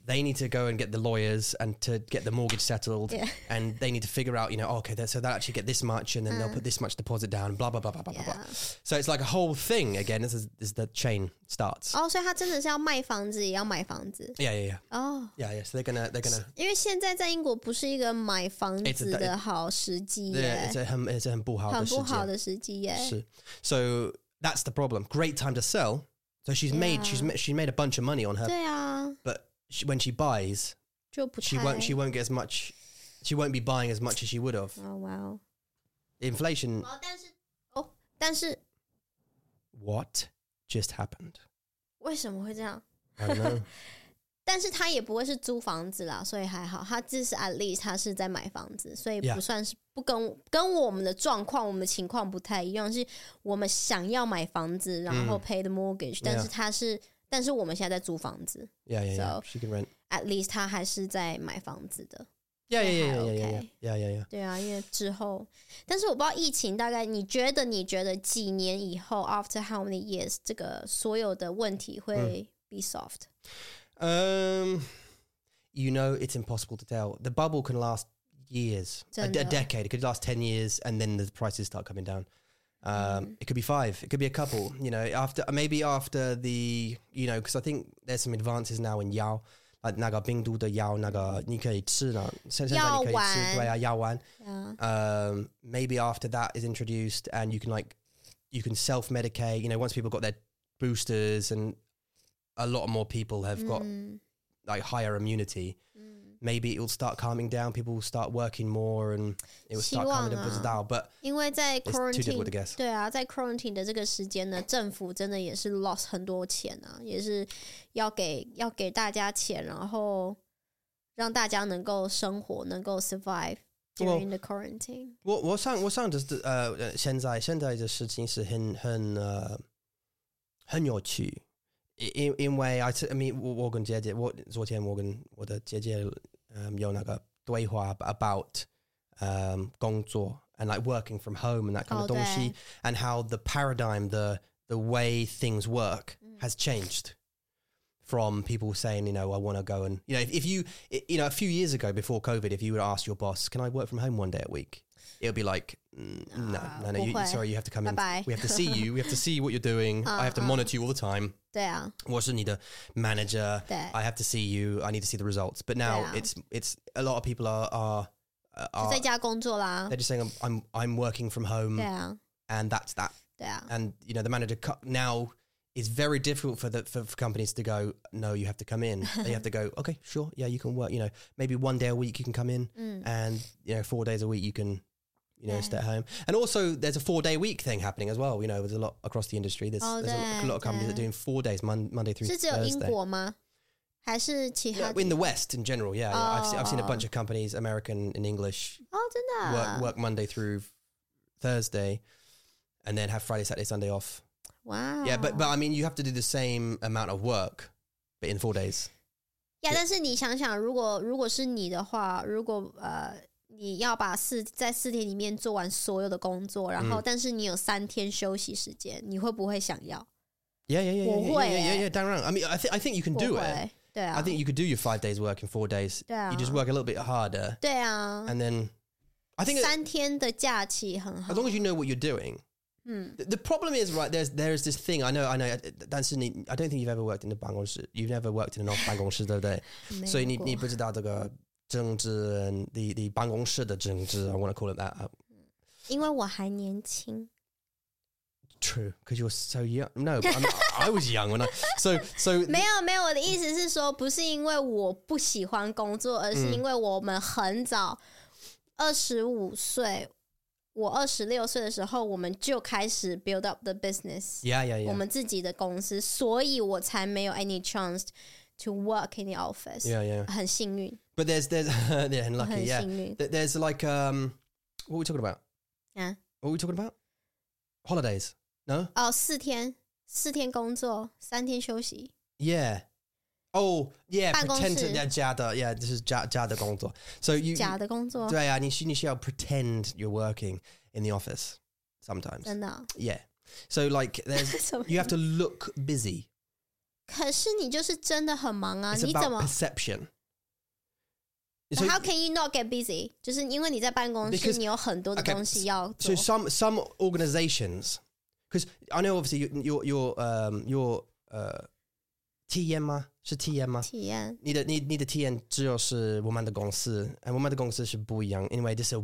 Speaker 1: They need to go and get the lawyers and to get the mortgage settled,
Speaker 2: Yeah.
Speaker 1: and they need to figure out, you know, oh, okay, that- so they'll actually get this much, and then they'll
Speaker 2: Uh.
Speaker 1: put this much deposit down, blah blah blah blah blah blah. blah.
Speaker 2: Yeah.
Speaker 1: So it's like a whole thing again. This is, this is the chain starts.
Speaker 2: 哦，所以他真的是要卖房子，也要买房子
Speaker 1: Yeah, yeah, yeah,
Speaker 2: 哦。
Speaker 1: yeah, yeah. So they're gonna, they're gonna.
Speaker 2: 因为现在在英国不是一个买房
Speaker 1: It's a-
Speaker 2: 子的好时机
Speaker 1: Yeah,
Speaker 2: 耶
Speaker 1: it's，a 很，it's a 哎很不好的
Speaker 2: 很不好
Speaker 1: 时间。
Speaker 2: 的时机耶。
Speaker 1: 是 So that's the problem. Great time to sell. So she's made, she's
Speaker 2: Yeah.
Speaker 1: ma- she made a bunch of money on her,
Speaker 2: 对啊，
Speaker 1: but she, when she buys,
Speaker 2: 就不
Speaker 1: she
Speaker 2: 太。
Speaker 1: won't, she won't get as much. She won't be buying as much as she would have.
Speaker 2: 哦哇哦。
Speaker 1: Inflation.
Speaker 2: 好，但是哦，但是
Speaker 1: What just happened?
Speaker 2: 为什么会这样？
Speaker 1: I don't know.
Speaker 2: 但是他也不会是租房子啦，所以还好。他至少 at least 他是在买房子，所以
Speaker 1: Yeah.
Speaker 2: 不算是不跟跟我们的状况、我们的情况不太一样，是我们想要买房子，然
Speaker 1: 嗯
Speaker 2: 后 pay the mortgage，、但是他是，但是我们现在在租房子
Speaker 1: Yeah, yeah, yeah.
Speaker 2: So-
Speaker 1: She can rent.
Speaker 2: ，at least 他还是在买房子的。
Speaker 1: Yeah, yeah, yeah, yeah,
Speaker 2: Okay,
Speaker 1: yeah, yeah,
Speaker 2: okay.
Speaker 1: yeah, yeah, yeah.
Speaker 2: 对啊，因为之后，但是我不知道疫情大概，你觉得你觉得几年以后，after how many years，这个所有的问题
Speaker 1: 嗯
Speaker 2: 会 be solved？、
Speaker 1: Um, you know, it's impossible to tell. The bubble can last years, a, d- a
Speaker 2: Dunno.
Speaker 1: decade. It could last ten years, and then the prices start coming down. Um, It could be five. It could be a couple. You know, after maybe after the you know, because I think there's some advances now in Yao. Like 那个冰毒的药，那个
Speaker 2: 药丸。
Speaker 1: 你可以吃呢，现现在你可以吃，对啊，药丸。
Speaker 2: 啊
Speaker 1: Um, maybe after that is introduced, and you can like you can self medicate. You know, once people got their boosters, and a lot more people have got
Speaker 2: 嗯
Speaker 1: like higher immunity,
Speaker 2: 嗯，
Speaker 1: maybe it will start calming down. People will start working more, and it will start calming down.
Speaker 2: 希望
Speaker 1: 不
Speaker 2: 啊。
Speaker 1: 知道, But
Speaker 2: 因为在
Speaker 1: it's too difficult to
Speaker 2: quarantine，
Speaker 1: guess.
Speaker 2: 对啊，在 quarantine 的这个时间呢，政府真的也是 lost 很多钱啊，也是要给要给大家钱，然后让大家能够生活，能够 survive
Speaker 1: Well-
Speaker 2: during the quarantine。
Speaker 1: uh, 我我上我上就是呃，现在现在的事情是很很呃很有趣，因因为 uh, I I mean um, 我我跟姐姐我昨天我跟我的姐姐嗯有那个对话 about um 工作 and like working from home and that kind of
Speaker 2: 哦，对。
Speaker 1: 东西 and how the paradigm the the way things work has changed from people saying, you know, I want to go and, you know, if, if you, i- you know, a few years ago before COVID, if you would ask your boss, can I work from home one day a week? It would be like, "Mm, no,
Speaker 2: Ah,
Speaker 1: no, no, you,
Speaker 2: okay.
Speaker 1: sorry, you have to come in.
Speaker 2: Bye-bye."
Speaker 1: We have to see you. We have to see what you're doing. I have to
Speaker 2: Uh-uh.
Speaker 1: monitor you all the time.
Speaker 2: 对啊，
Speaker 1: What's the need a manager?
Speaker 2: 对
Speaker 1: I have to see you. I need to see the results. But now
Speaker 2: Yeah.
Speaker 1: it's, it's a lot of people are, are, uh,
Speaker 2: 就
Speaker 1: are
Speaker 2: 在家工作啦
Speaker 1: they're。just saying, I'm, I'm, I'm working from home
Speaker 2: 对啊，
Speaker 1: and that's that.
Speaker 2: 对啊。
Speaker 1: and you know the manager co- now it's very difficult for the for, for companies to go no you have to come in they have to go okay sure yeah you can work you know maybe one day a week you can come in
Speaker 2: 嗯
Speaker 1: and you know four days a week you can you know
Speaker 2: Mm. Yeah.
Speaker 1: stay at home and also there's a four day week thing happening as well you know there's a lot across the industry there's,
Speaker 2: Oh,
Speaker 1: there's a,
Speaker 2: there,
Speaker 1: lot of companies that are
Speaker 2: there.
Speaker 1: doing four days mon- monday through
Speaker 2: 是只有英
Speaker 1: thursday
Speaker 2: 国吗？还是其
Speaker 1: yeah,
Speaker 2: 他
Speaker 1: in
Speaker 2: 地
Speaker 1: the West in general, yeah, yeah. I've, seen, I've seen a
Speaker 2: Oh.
Speaker 1: bunch of companies, American and English,
Speaker 2: 哦，真的啊
Speaker 1: work work Monday through Thursday, and then have Friday, Saturday, Sunday off.
Speaker 2: 哇哦
Speaker 1: Yeah, but but I mean, you have to do the same amount of work, but in four days.
Speaker 2: 呀，但是你想想，如果如果是你的话，如果呃你要把四在四天里面做完所有的工作，然后、
Speaker 1: 嗯
Speaker 2: 但是你有三天休息时间，你会不会想要？
Speaker 1: Yeah, yeah, yeah, yeah, yeah, yeah,
Speaker 2: Well,
Speaker 1: yeah, yeah,
Speaker 2: wait.
Speaker 1: yeah. Down around. I mean, I think I think you can
Speaker 2: 我
Speaker 1: do it.
Speaker 2: 会，对啊
Speaker 1: I，think you could do your five days work in four days.
Speaker 2: Yeah.
Speaker 1: You just work a little bit harder,
Speaker 2: 对啊，
Speaker 1: and then I think
Speaker 2: 三天的假期很好
Speaker 1: as long as you know what you're doing,
Speaker 2: 嗯
Speaker 1: The, the problem is right. There's there is this thing. I know. I know. uh, Dan Sydney. I don't think you've ever worked in a 办公室. You've never worked in an off 办公室，对不对？所以你
Speaker 2: 过
Speaker 1: 你不知道这个政治嗯你你办公室的政治，I want to call it that. Uh,
Speaker 2: 因为我还年轻，
Speaker 1: True, because you were so young. No, but I'm, I was young when I. So so
Speaker 2: 没有没有，我的意思是说，不是因为我不喜欢工作，而是因为我们很早，二十五岁，我二十六岁的时候，我们就开始 build up the business，、
Speaker 1: yeah yeah yeah
Speaker 2: 我们自己的公司，所以我才没有 any chance to work in the office，、
Speaker 1: yeah yeah.
Speaker 2: 很幸运，
Speaker 1: But there's there's yeah and
Speaker 2: 我
Speaker 1: lucky
Speaker 2: 很
Speaker 1: yeah.
Speaker 2: 幸运
Speaker 1: Th- There's like um, what were we talking about?
Speaker 2: 啊！
Speaker 1: What were we talking about? Holidays? No.
Speaker 2: 哦，四天，四天工作，三天休息，
Speaker 1: Yeah. Oh yeah. Pretend to
Speaker 2: 办公室。
Speaker 1: yeah 假的 yeah. This is 假-假的工作. So you
Speaker 2: 假的工作，
Speaker 1: 对啊，你需你需要 pretend you're working in the office sometimes.
Speaker 2: 真的 哦、
Speaker 1: Yeah. So like there's
Speaker 2: 什么
Speaker 1: you have to look busy.
Speaker 2: 可是你就是真的很忙啊，
Speaker 1: It's
Speaker 2: 你怎
Speaker 1: about
Speaker 2: 么
Speaker 1: perception.
Speaker 2: But how can you not get busy？就是因为你在办公室，
Speaker 1: Because-
Speaker 2: 你有很多的
Speaker 1: okay,
Speaker 2: 东西要
Speaker 1: So
Speaker 2: 做。
Speaker 1: some some organizations, because I know obviously you- your your um your uh TM 吗？是 TM 吗？你的你你的
Speaker 2: 体验
Speaker 1: TM 只有是我们的公司，哎，我们的公司是不一样，因为这是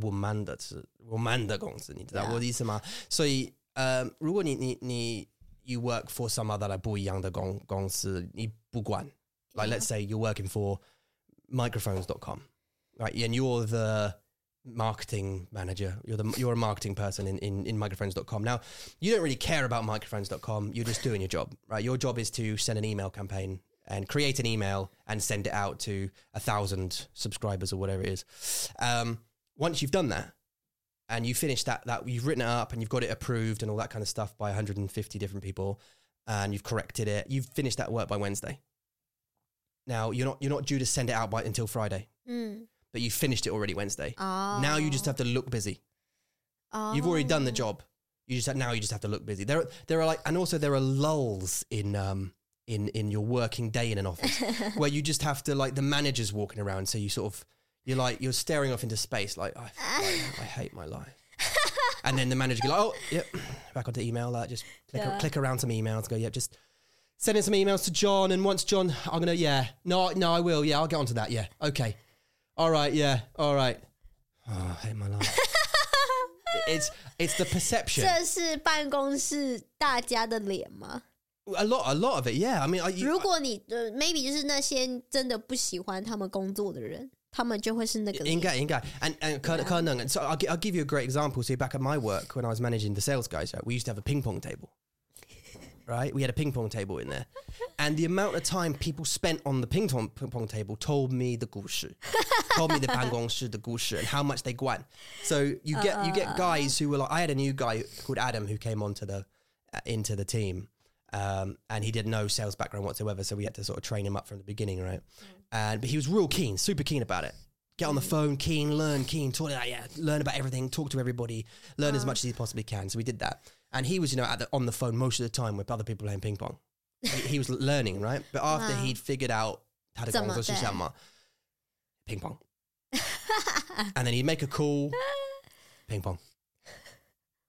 Speaker 1: 我们的是
Speaker 2: Yeah.
Speaker 1: 我们的公司，你知道我的意思吗？所以呃，如果你你你 you work for some other like 不一样的公公司，你不管 like let's say you're working for microphones.com right and you're the marketing manager you're the you're a marketing person in, in in microphones.com now you don't really care about microphones.com you're just doing your job right your job is to send an email campaign and create an email and send it out to a thousand subscribers or whatever it is um once you've done that and you finish that that you've written it up and you've got it approved and all that kind of stuff by 150 different people and you've corrected it you've finished that work by wednesday now you're not you're not due to send it out by until friday
Speaker 2: 嗯，
Speaker 1: but you finished it already wednesday
Speaker 2: 哦
Speaker 1: now you just have to look busy you've already done
Speaker 2: Oh.
Speaker 1: the job you just have, now you just have to look busy there are, there are like and also there are lulls in um in in your working day in an office where you just have to like the manager's walking around so you sort of you're like you're staring off into space like i, I, I hate my life and then the manager go like, oh yep back onto email like just click,
Speaker 2: Yeah.
Speaker 1: click around some emails go yep just sending some emails to John, and once John, I'm gonna yeah, no, no, I will, yeah, I'll get onto that, yeah, okay, all right, yeah, all right. Oh, I hate my life. it's it's the perception.
Speaker 2: 这是办公室大家的脸吗？
Speaker 1: A lot, a lot of it, yeah. I mean, I, you,
Speaker 2: 如果你呃，maybe 就是那些真的不喜欢他们工作的人，他们就会是那个脸
Speaker 1: Inga, Inga, and and Kern- Kernung. And so I'll, gi- I'll give you a great example. So back at my work when I was managing the sales guys, right, we used to have a ping pong table. Right, we had a ping pong table in there, and the amount of time people spent on the ping pong ping pong table told me the 故事, told me the 办公室 the 故事, and how much they guan. So you get you get guys who were like, I had a new guy called Adam who came onto the uh, into the team, um, and he did no sales background whatsoever, so we had to sort of train him up from the beginning, right? And but he was real keen, super keen about it. Get on the phone, keen, learn, keen, talk, like, yeah, learn about everything, talk to everybody, learn as much as he possibly can. So we did that, and he was, you know, at the, on the phone most of the time with other people playing ping pong. He, he was learning, right? But after
Speaker 2: Wow.
Speaker 1: he'd figured out how to go on
Speaker 2: 怎么
Speaker 1: social
Speaker 2: 对？
Speaker 1: media, ping pong, and then he'd make a call, ping pong,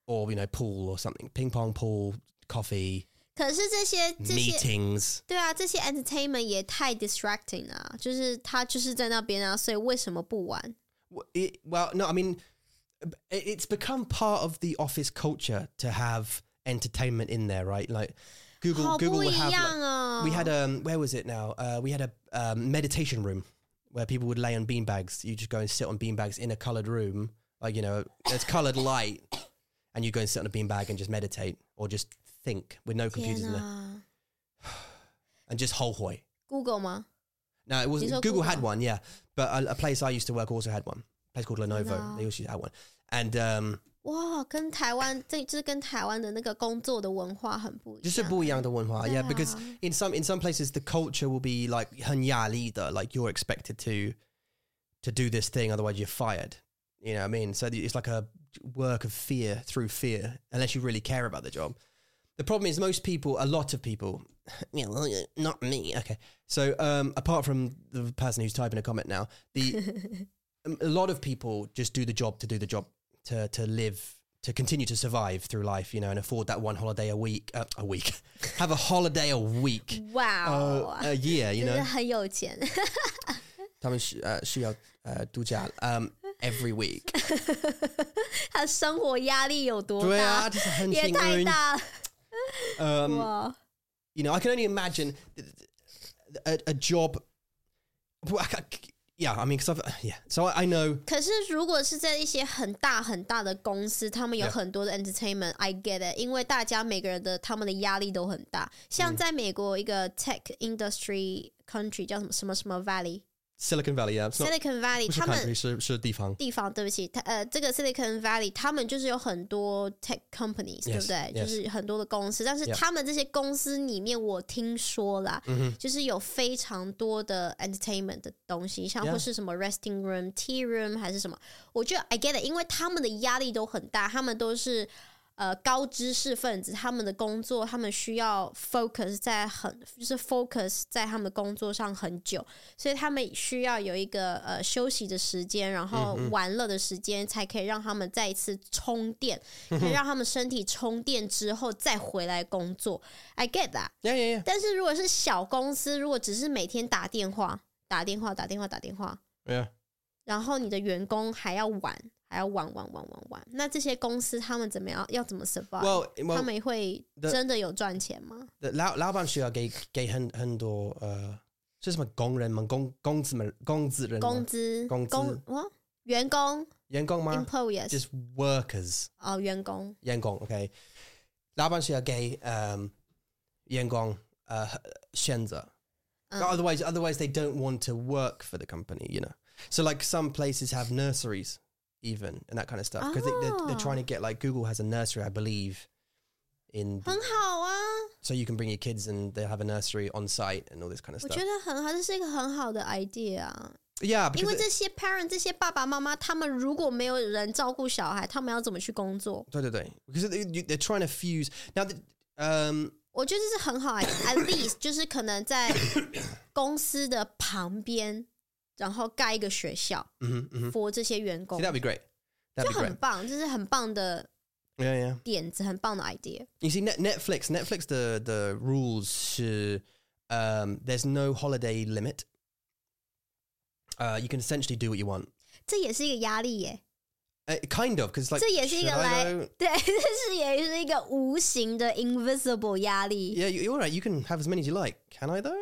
Speaker 1: or you know, pool or something, ping pong, pool, coffee,
Speaker 2: 可是这些这些
Speaker 1: meetings.
Speaker 2: 对啊，这些 entertainment 也太 distracting 了啊、就是他就是在那边啊，所以为什么不玩？
Speaker 1: W- it- well, no, I mean, b- it- it's become part of the office culture to have entertainment in there, right? Like Google,
Speaker 2: 好
Speaker 1: Google
Speaker 2: 不
Speaker 1: would
Speaker 2: 一
Speaker 1: have.
Speaker 2: 样
Speaker 1: like-
Speaker 2: 哦。
Speaker 1: we had um, where was it now? Uh, we had a um, meditation room where people would lay on beanbags. You just go and sit on beanbags in a coloured room, like you know, there's coloured light, and you go and sit on a beanbag and just meditate or just think with no
Speaker 2: 天
Speaker 1: computers in there
Speaker 2: 哪
Speaker 1: and just whole hoy.
Speaker 2: ，Google 吗？
Speaker 1: No, it wasn't.
Speaker 2: These are
Speaker 1: Google,
Speaker 2: Google.
Speaker 1: had one, yeah, but a, a place I used to work also had one. A place called Lenovo.
Speaker 2: Wow.
Speaker 1: They also had one, and um,
Speaker 2: 哇，跟台湾这这跟台湾的那个工作的文化很不一样。
Speaker 1: just a booyang the one yeah, because
Speaker 2: Yeah.
Speaker 1: in some in some places the culture will be like 很压力的, like you're expected to to do this thing, otherwise you're fired. You know what I mean? So it's like a work of fear through fear, unless you really care about the job. The problem is most people, a lot of people, you know, not me. Okay, so um, apart from the person who's typing a comment now, the um, a lot of people just do the job to do the job to to live to continue to survive through life, you know, and afford that one holiday a week, uh, a week, have a holiday a week,
Speaker 2: Wow，、
Speaker 1: uh, a year, you
Speaker 2: 哦真的
Speaker 1: know.
Speaker 2: 很有钱。
Speaker 1: uh, 他们需,呃,需要,呃,度假, um, every week.
Speaker 2: 他的生活压力有多大？也太
Speaker 1: 对啊，就是很幸运。
Speaker 2: 大了
Speaker 1: Um,
Speaker 2: 哇！
Speaker 1: you know, I can only imagine th- th- a, a job. Well, I ca- Yeah, I mean, because I've yeah, so I, I know.
Speaker 2: 可是如果是在一些很大很大的公司，他们有
Speaker 1: Yeah.
Speaker 2: 很多的 entertainment，I get it，因为大家每个人的他们的压力都很大。像
Speaker 1: 嗯
Speaker 2: 在美国一个 tech industry country 叫什么什么什么
Speaker 1: Silicon
Speaker 2: valley，Silicon
Speaker 1: Valley, yeah, it's not
Speaker 2: Valley，他们
Speaker 1: country，是是地方。
Speaker 2: 地方，对不起，它呃，这个 Silicon Valley 他们就是有很多 tech companies，、对
Speaker 1: Yes,
Speaker 2: 不对
Speaker 1: yes.
Speaker 2: 就是很多的公司，但是
Speaker 1: Yeah.
Speaker 2: 他们这些公司里面，我听说啦
Speaker 1: 嗯
Speaker 2: 就是有非常多的 entertainment 的东西，像
Speaker 1: Yeah.
Speaker 2: 或是什么 resting room、tea room 还是什么，我觉得 I get it，因为他们的压力都很大，他们都是。呃，高知识分子他们的工作，他们需要 focus 在很，就是 focus 在他们的工作上很久，所以他们需要有一个呃休息的时间，然后玩乐的时间，才可以让他们再一次充电，可以让他们身体充电之后再回来工作。I get that。
Speaker 1: Yeah, yeah, yeah.
Speaker 2: 但是如果是小公司，如果只是每天打电话、打电话、打电话、打电话，
Speaker 1: Yeah.
Speaker 2: 然后你的员工还要玩，还要玩玩玩玩玩，那这些公司他们怎么样？要怎么 survive？、
Speaker 1: Well,
Speaker 2: 他
Speaker 1: well,
Speaker 2: 们会
Speaker 1: the-
Speaker 2: 真的有赚钱吗？
Speaker 1: the- 老- uh, 老板需要给给很很多呃，是什么工人们工工资们工资人
Speaker 2: 工资、
Speaker 1: 工资
Speaker 2: 工哦员工
Speaker 1: 员工吗
Speaker 2: employees
Speaker 1: ？Just workers.
Speaker 2: 哦，员工
Speaker 1: 员工，OK，老板是要给嗯员工呃选择、
Speaker 2: 嗯
Speaker 1: otherwise otherwise they don't want to work for the company, you know. So like some places have nurseries even and that kind of stuff because they, they're, they're trying to get like Google has a nursery, I believe, in
Speaker 2: 很
Speaker 1: the,
Speaker 2: 好啊，
Speaker 1: so you can bring your kids and they have a nursery on site and all this kind of
Speaker 2: 我
Speaker 1: stuff.
Speaker 2: 觉得很好，这是一个很好的 idea 啊。
Speaker 1: yeah,
Speaker 2: 因
Speaker 1: because
Speaker 2: 为
Speaker 1: it-
Speaker 2: 这些 parent 这些爸爸妈妈，他们如果没有人照顾小孩，他们要怎么去工作？
Speaker 1: 对对对, because they, you- they're trying to fuse now. The, um,
Speaker 2: 我觉得这是 很好啊，at least 就是可能在公司的旁边，然后盖一个学校
Speaker 1: mhm, mhm.
Speaker 2: for 这些员
Speaker 1: See,
Speaker 2: 工，
Speaker 1: that'd be great.
Speaker 2: 就
Speaker 1: That'd be
Speaker 2: 很
Speaker 1: great.
Speaker 2: 棒，这是很棒的
Speaker 1: Yeah, yeah.
Speaker 2: 点子，很棒的 idea。
Speaker 1: You see, Net- Netflix, Netflix, the the rules, uh, um, there's no holiday limit. Uh, you can essentially do what you want.
Speaker 2: 这也是一个压力耶，
Speaker 1: Uh, kind of, because like,
Speaker 2: 这也是一
Speaker 1: should
Speaker 2: 个
Speaker 1: I
Speaker 2: 来
Speaker 1: though?
Speaker 2: 对， 这是也是一个无形的 invisible 压力。
Speaker 1: yeah, you- you're right. You can have as many as you like. Can I though?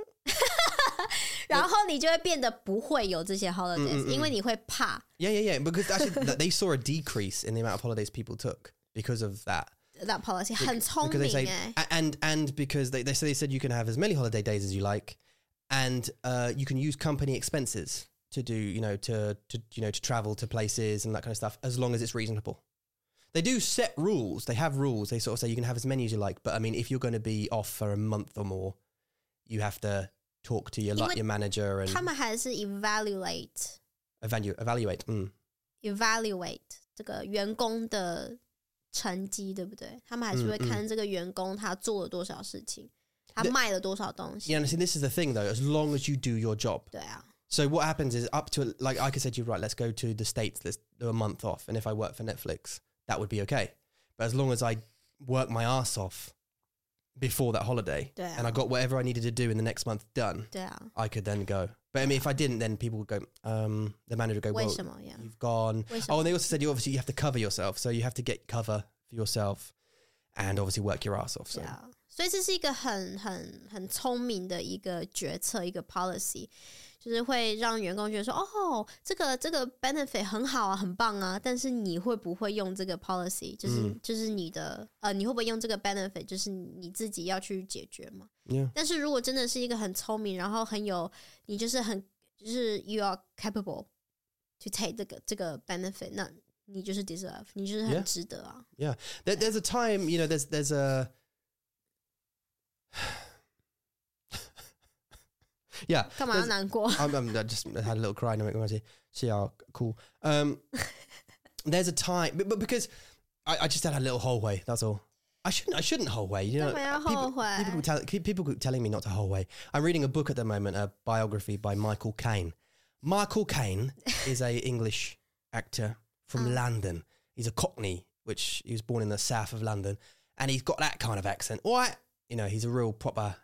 Speaker 2: 然后你就会变得不会有这些 holidays，、
Speaker 1: 嗯嗯嗯
Speaker 2: 因为你会怕。
Speaker 1: Yeah, yeah, yeah. Because actually, th- they saw a decrease in the amount of holidays people took because of that.
Speaker 2: That policy 很聪
Speaker 1: Because
Speaker 2: 明
Speaker 1: they say
Speaker 2: 哎、
Speaker 1: a- and and because they they, so they said you can have as many holiday days as you like, and uh, you can use company expenses to do you know to to you know to travel to places and that kind of stuff as long as it's reasonable. They do set rules. They have rules. They sort of say you can have as many as you like, but I mean if you're going to be off for a month or more, you have to talk to your
Speaker 2: You
Speaker 1: lu-
Speaker 2: would-
Speaker 1: your manager and
Speaker 2: 他们还是 evaluate
Speaker 1: evalu- evaluate. Mm.
Speaker 2: evaluate 这个员工的成绩，对不对？他们还是会
Speaker 1: 嗯嗯
Speaker 2: 看这个员工他做了多少事情，他
Speaker 1: 对
Speaker 2: 卖了多少东西。
Speaker 1: Yeah, and see this is the thing though. As long as you do your job,
Speaker 2: 对啊，
Speaker 1: So what happens is up to like I could say to you, right, let's go to the states, let's do a month off, and if I work for Netflix, that would be okay. But as long as I work my ass off before that holiday,
Speaker 2: Yeah.
Speaker 1: and I got whatever I needed to do in the next month done,
Speaker 2: 对啊，
Speaker 1: I could then go. But I mean, if I didn't, then people would go. Um, the manager would go,
Speaker 2: 为
Speaker 1: well,
Speaker 2: 什么呀？
Speaker 1: you've gone.
Speaker 2: Wait, so-
Speaker 1: Oh, and they also said you obviously you have to cover yourself, so you have to get cover for yourself, and obviously work your ass off. So
Speaker 2: 对啊，所以这是一个很很很聪明的一个决策，一个 policy，就是会让员工觉得说，哦，这个这个 benefit 很好啊，很棒啊，但是你会不会用这个 policy？就是、
Speaker 1: 嗯
Speaker 2: 就是你的呃，你会不会用这个 benefit？就是你自己要去解决嘛。
Speaker 1: yeah,
Speaker 2: 但是如果真的是一个很聪明，然后很有你就是很就是 you are capable to take 这个这个 benefit，那你就是 deserve，你就是很
Speaker 1: Yeah.
Speaker 2: 值得啊。
Speaker 1: There, there's a time, you know. There's there's a yeah.
Speaker 2: 干嘛要
Speaker 1: there's-
Speaker 2: 难过？
Speaker 1: I'm, I'm, I just had a little cry. Now I'm see how cool. Um, there's a time, but, but because I, I just had a little hallway. That's all. I shouldn't. I shouldn't hallway. You know,
Speaker 2: Don't worry, I'll
Speaker 1: 啊 people,
Speaker 2: hallway.
Speaker 1: people, tell, keep- people keep telling me not to hallway. I'm reading a book at the moment, a biography by Michael Caine. Michael Caine is a English actor from London. He's a Cockney which he was born in the south of London, and he's got that kind of accent. All right, you know, he's a real proper.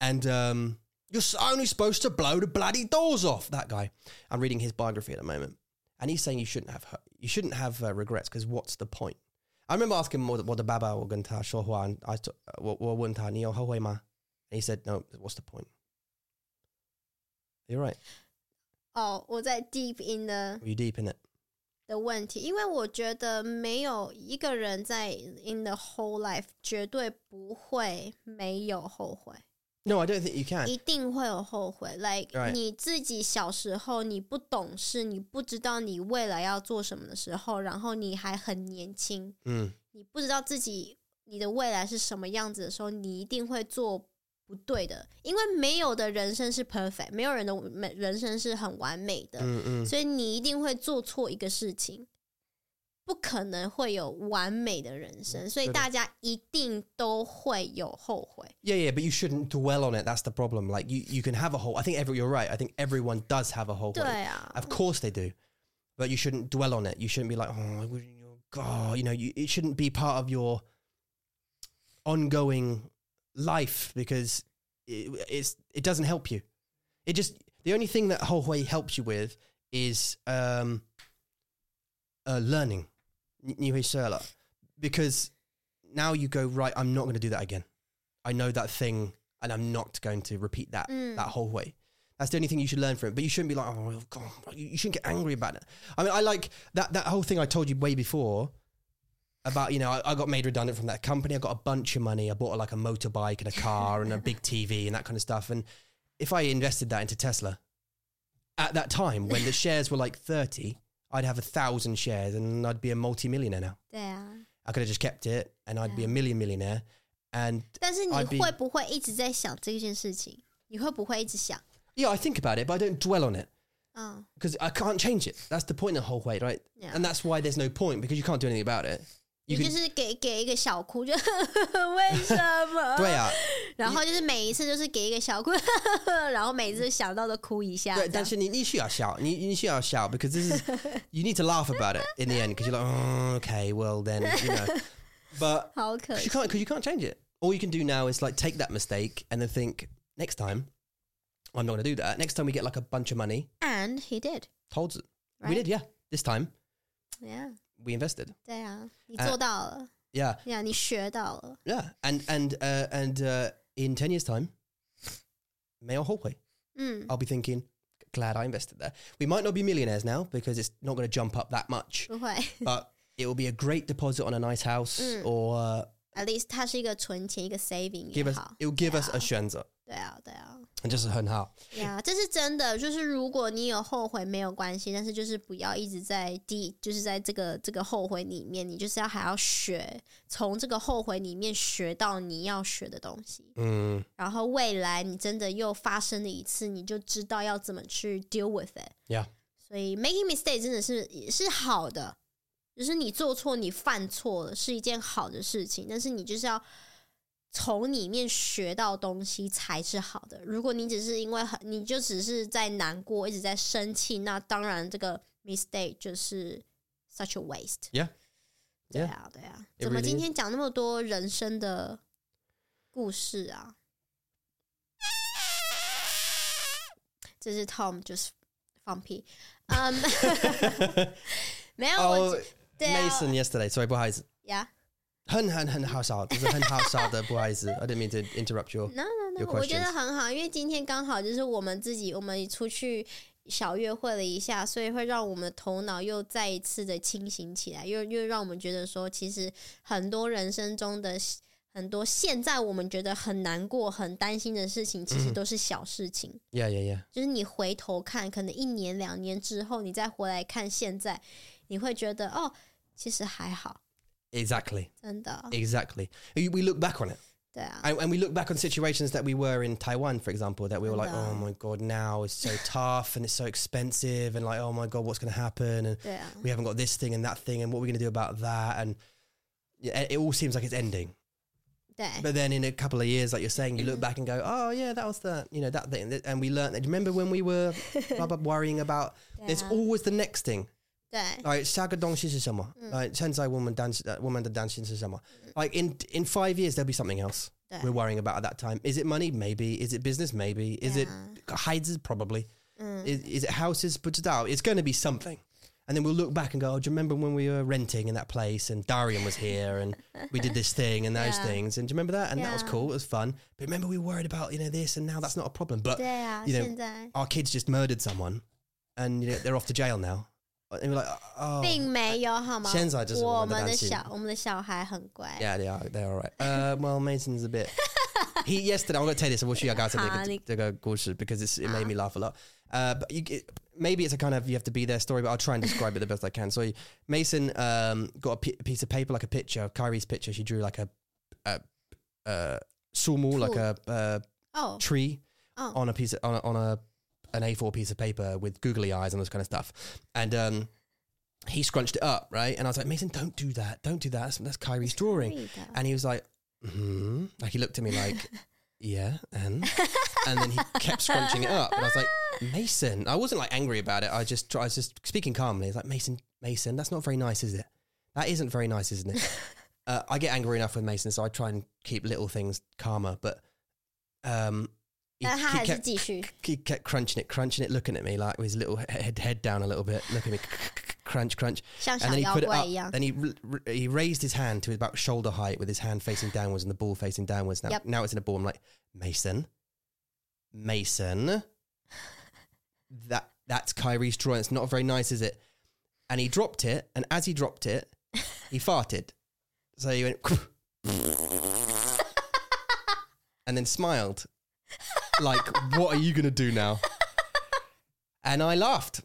Speaker 1: And um, you're s- only supposed to blow the bloody doors off. That guy. I'm reading his biography at the moment, and he's saying you shouldn't have hu- you shouldn't have uh, regrets because what's the point? I remember asking him what, what the baba or gunta shohua and I t- what what gunta ni hohoi ma, and he said no. What's the point? You're right.
Speaker 2: 哦，我在 deep in the
Speaker 1: You deep in it.
Speaker 2: 的问题，因为我觉得没有一个人在 in the whole life 绝对不会没有后悔，
Speaker 1: No, I don't think you can.
Speaker 2: 一定会有后悔。Like、
Speaker 1: Right.
Speaker 2: 你自己小时候你不懂事，你不知道你未来要做什么的时候，然后你还很年轻，
Speaker 1: Mm.
Speaker 2: 你不知道自己你的未来是什么样子的时候，你一定会做不对的，因为没有的人生是 perfect，没有人的每人生是很完美的，
Speaker 1: Mm, mm.
Speaker 2: 所以你一定会做错一个事情，不可能会有完美的人生，所
Speaker 1: 嗯对
Speaker 2: 以
Speaker 1: 的
Speaker 2: 大家一定都会有后悔。
Speaker 1: Yeah, yeah, but you shouldn't dwell on it. That's the problem. Like you, you can have a whole. I think every, you're right. I think everyone does have a whole.
Speaker 2: 对
Speaker 1: way.
Speaker 2: 啊，
Speaker 1: Of course they do, but you shouldn't dwell on it. You shouldn't be like, oh, I wouldn't- oh, God, you know, you, it shouldn't be part of your ongoing life because it, it's it doesn't help you. It just the only thing that whole way helps you with is um, uh, learning new Hisela because now you go right. I'm not going to do that again. I know that thing, and I'm not going to repeat that
Speaker 2: Mm.
Speaker 1: that whole way. That's the only thing you should learn from it. But you shouldn't be like, oh god, you you shouldn't get angry about it. I mean, I like that that whole thing I told you way before about you know I, I got made redundant from that company. I got a bunch of money. I bought like a motorbike and a car and a big TV and that kind of stuff. And if I invested that into Tesla at that time when the shares were like thirty, I'd have a thousand shares and I'd be a multi-millionaire now.
Speaker 2: 对啊。
Speaker 1: I could have just kept it and I'd be a million millionaire. And
Speaker 2: 但是你
Speaker 1: I'd be-
Speaker 2: 会不会一直在想这件事情？你会不会一直想？
Speaker 1: yeah, I think about it, but I don't dwell on it
Speaker 2: 嗯，
Speaker 1: because I can't change it. That's the point of the whole way, right?
Speaker 2: Yeah.
Speaker 1: And that's why there's no point because you can't do anything about it.
Speaker 2: 你
Speaker 1: You
Speaker 2: 就
Speaker 1: can,
Speaker 2: 是给给一个小哭，就 为什
Speaker 1: 对
Speaker 2: 么？
Speaker 1: 啊，
Speaker 2: 然后就是每一次就是给一个小哭，然后每次想到都哭一下。
Speaker 1: 对，
Speaker 2: 这样
Speaker 1: 但是你你需要笑，你你需要笑 because this is you need to laugh about it in the end because you're like, oh, okay, well then, you know, but
Speaker 2: 好可
Speaker 1: cause
Speaker 2: 惜
Speaker 1: you。can't because you can't change it. All you can do now is like take that mistake and then think next time I'm not going to do that. Next time we get like a bunch of money,
Speaker 2: And he did,
Speaker 1: holds it. We
Speaker 2: Right.
Speaker 1: did, yeah. This time
Speaker 2: yeah，
Speaker 1: we invested.
Speaker 2: 对啊，你
Speaker 1: 呃
Speaker 2: 做到了，
Speaker 1: Yeah,
Speaker 2: 对啊，你学到了。
Speaker 1: yeah, and and uh, and uh, in ten years' time, Mayor Hallway,
Speaker 2: 嗯
Speaker 1: I'll be thinking, glad I invested there. We might not be millionaires now because it's not going to jump up that much,
Speaker 2: 不会
Speaker 1: but it will be a great deposit on a nice house,
Speaker 2: Mm.
Speaker 1: or uh,
Speaker 2: ，at least 它是一个存钱，一个 saving
Speaker 1: give
Speaker 2: 也
Speaker 1: us
Speaker 2: 好。
Speaker 1: it will give us a shenza
Speaker 2: 对啊，对啊，
Speaker 1: and just a hun hao.
Speaker 2: 对啊，这是真的。就是如果你有后悔没有关系，但是就是不要一直在第，就是在这个这个后悔里面，你就是要还要学，从这个后悔里面学到你要学的东西。
Speaker 1: Mm.
Speaker 2: 然后未来你真的又发生了一次，你就知道要怎么去 deal with it。
Speaker 1: Yeah.
Speaker 2: 所以 making mistake 真的是也是好的，就是你做错、你犯错了是一件好的事情，但是你就是要从里面学到东西才是好的。如果你只是因为很，你就只是在难过、一直在生气，那当然这个 mistake 就是 such a waste。
Speaker 1: Yeah.
Speaker 2: 对啊，对啊，
Speaker 1: It
Speaker 2: 怎么
Speaker 1: really
Speaker 2: 今天讲那么多人生的故事啊？这是 Tom 就是放屁， 嗯、 没有，我
Speaker 1: Oh,
Speaker 2: 只对啊
Speaker 1: Mason yesterday. Sorry, boys.
Speaker 2: 呀
Speaker 1: Hun hun hun how sad. There's a hun how sad there, boys. I didn't mean to interrupt your.
Speaker 2: ，no no
Speaker 1: Your
Speaker 2: no，我觉得
Speaker 1: questions.
Speaker 2: 很好，因为今天刚好就是我们自己，我们出去小约会了一下，所以会让我们的头脑又再一次的清醒起来，又又让我们觉得说，其实很多人生中的很多现在我们觉得很难过、很担心的事情，其
Speaker 1: 嗯
Speaker 2: 实都是小事情。
Speaker 1: Yeah, yeah, yeah.
Speaker 2: 就是你回头看，可能一年两年之后，你再回来看现在，你会觉得哦，其实还好，
Speaker 1: Exactly,
Speaker 2: 真
Speaker 1: 哎
Speaker 2: 的，
Speaker 1: exactly. We we look back on it,
Speaker 2: 对啊，
Speaker 1: and, and we look back on situations that we were in Taiwan, for example, that we were like,
Speaker 2: Yeah.
Speaker 1: oh my god, now it's so tough and it's so expensive, and like, oh my god, what's going to happen? And
Speaker 2: 对啊，
Speaker 1: we haven't got this thing and that thing, and what we're going to do about that? And yeah, it it all seems like it's ending.
Speaker 2: 对，啊
Speaker 1: But then in a couple of years, like you're saying, you look back and go, oh yeah, that was the you know that thing, and we learned that. Remember when we were blah, blah, worrying about? There's
Speaker 2: Yeah.
Speaker 1: always the next thing.
Speaker 2: 对啊
Speaker 1: Like 下个东西是什么?
Speaker 2: Mm.
Speaker 1: Like uh, 现在我们担心-呃,我们的担心是什么? Like in in five years there'll be something else
Speaker 2: 对
Speaker 1: we're worrying about at that time. Is it money? Maybe. Is it business? Maybe. Is
Speaker 2: 啊
Speaker 1: it houses? Probably.
Speaker 2: Mm.
Speaker 1: Is, is it houses? But out. It's going to be something. And then we'll look back and go, oh, do you remember when we were renting in that place and Darian was here and we did this thing and those
Speaker 2: Yeah.
Speaker 1: things? And do you remember that? And that was
Speaker 2: Yeah.
Speaker 1: cool. It was fun. But remember we worried about, you know, this and now that's not a problem. But
Speaker 2: 对啊，
Speaker 1: you know,
Speaker 2: 现在
Speaker 1: our kids just murdered someone and you know, they're off to jail now. And we're like, oh.
Speaker 2: 并没有好吗？
Speaker 1: 现在就是我
Speaker 2: 我
Speaker 1: 们的
Speaker 2: 们的
Speaker 1: 担心
Speaker 2: 小我们的小孩很乖。
Speaker 1: Yeah, they are. They're all right. Uh, well, Mason's a bit. He yesterday. I'm going to tell you this. I wish you guys
Speaker 2: Ah,
Speaker 1: had
Speaker 2: Nick.
Speaker 1: to go gosh, because it's, it made me laugh a lot. Uh, but you, it, maybe it's a kind of you have to be there story, but I'll try and describe it the best I can. So Mason um, got a pi- piece of paper, like a picture, Kyrie's picture. She drew like a, a, a sumo, like a, uh
Speaker 2: Oh,
Speaker 1: tree
Speaker 2: Oh.
Speaker 1: on a piece of, on a, on a an A4 piece of paper with googly eyes and this kind of stuff. And um, he scrunched it up, right? And I was like, Mason, don't do that. Don't do that. That's, that's Kyrie's drawing.
Speaker 2: Kyrie, though.
Speaker 1: And he was like, hmm. Like he looked at me like, yeah, and and then he kept scrunching it up. And I was like, Mason. I wasn't like angry about it. I just I was just speaking calmly. It's like Mason, Mason, that's not very nice, is it? That isn't very nice, isn't it? uh, I get angry enough with Mason, so I try and keep little things calmer. But um, he,
Speaker 2: 那他还
Speaker 1: he
Speaker 2: 是
Speaker 1: kept
Speaker 2: 继续
Speaker 1: he kept crunching it, crunching it, looking at me like with his little head head down a little bit, looking at me, crunch, crunch.
Speaker 2: 像
Speaker 1: And
Speaker 2: 小
Speaker 1: then he
Speaker 2: 妖
Speaker 1: put it
Speaker 2: 怪
Speaker 1: up.
Speaker 2: 一 样。
Speaker 1: Then he r- r- he raised his hand to about shoulder height with his hand facing downwards and the ball facing downwards. Now
Speaker 2: Yep.
Speaker 1: now it's in a ball. I'm like Mason, Mason. That that's Kyrie's drawing. It's not very nice, is it? And he dropped it, and as he dropped it, he farted. So he went and then smiled, like, "What are you gonna do now?" And I laughed.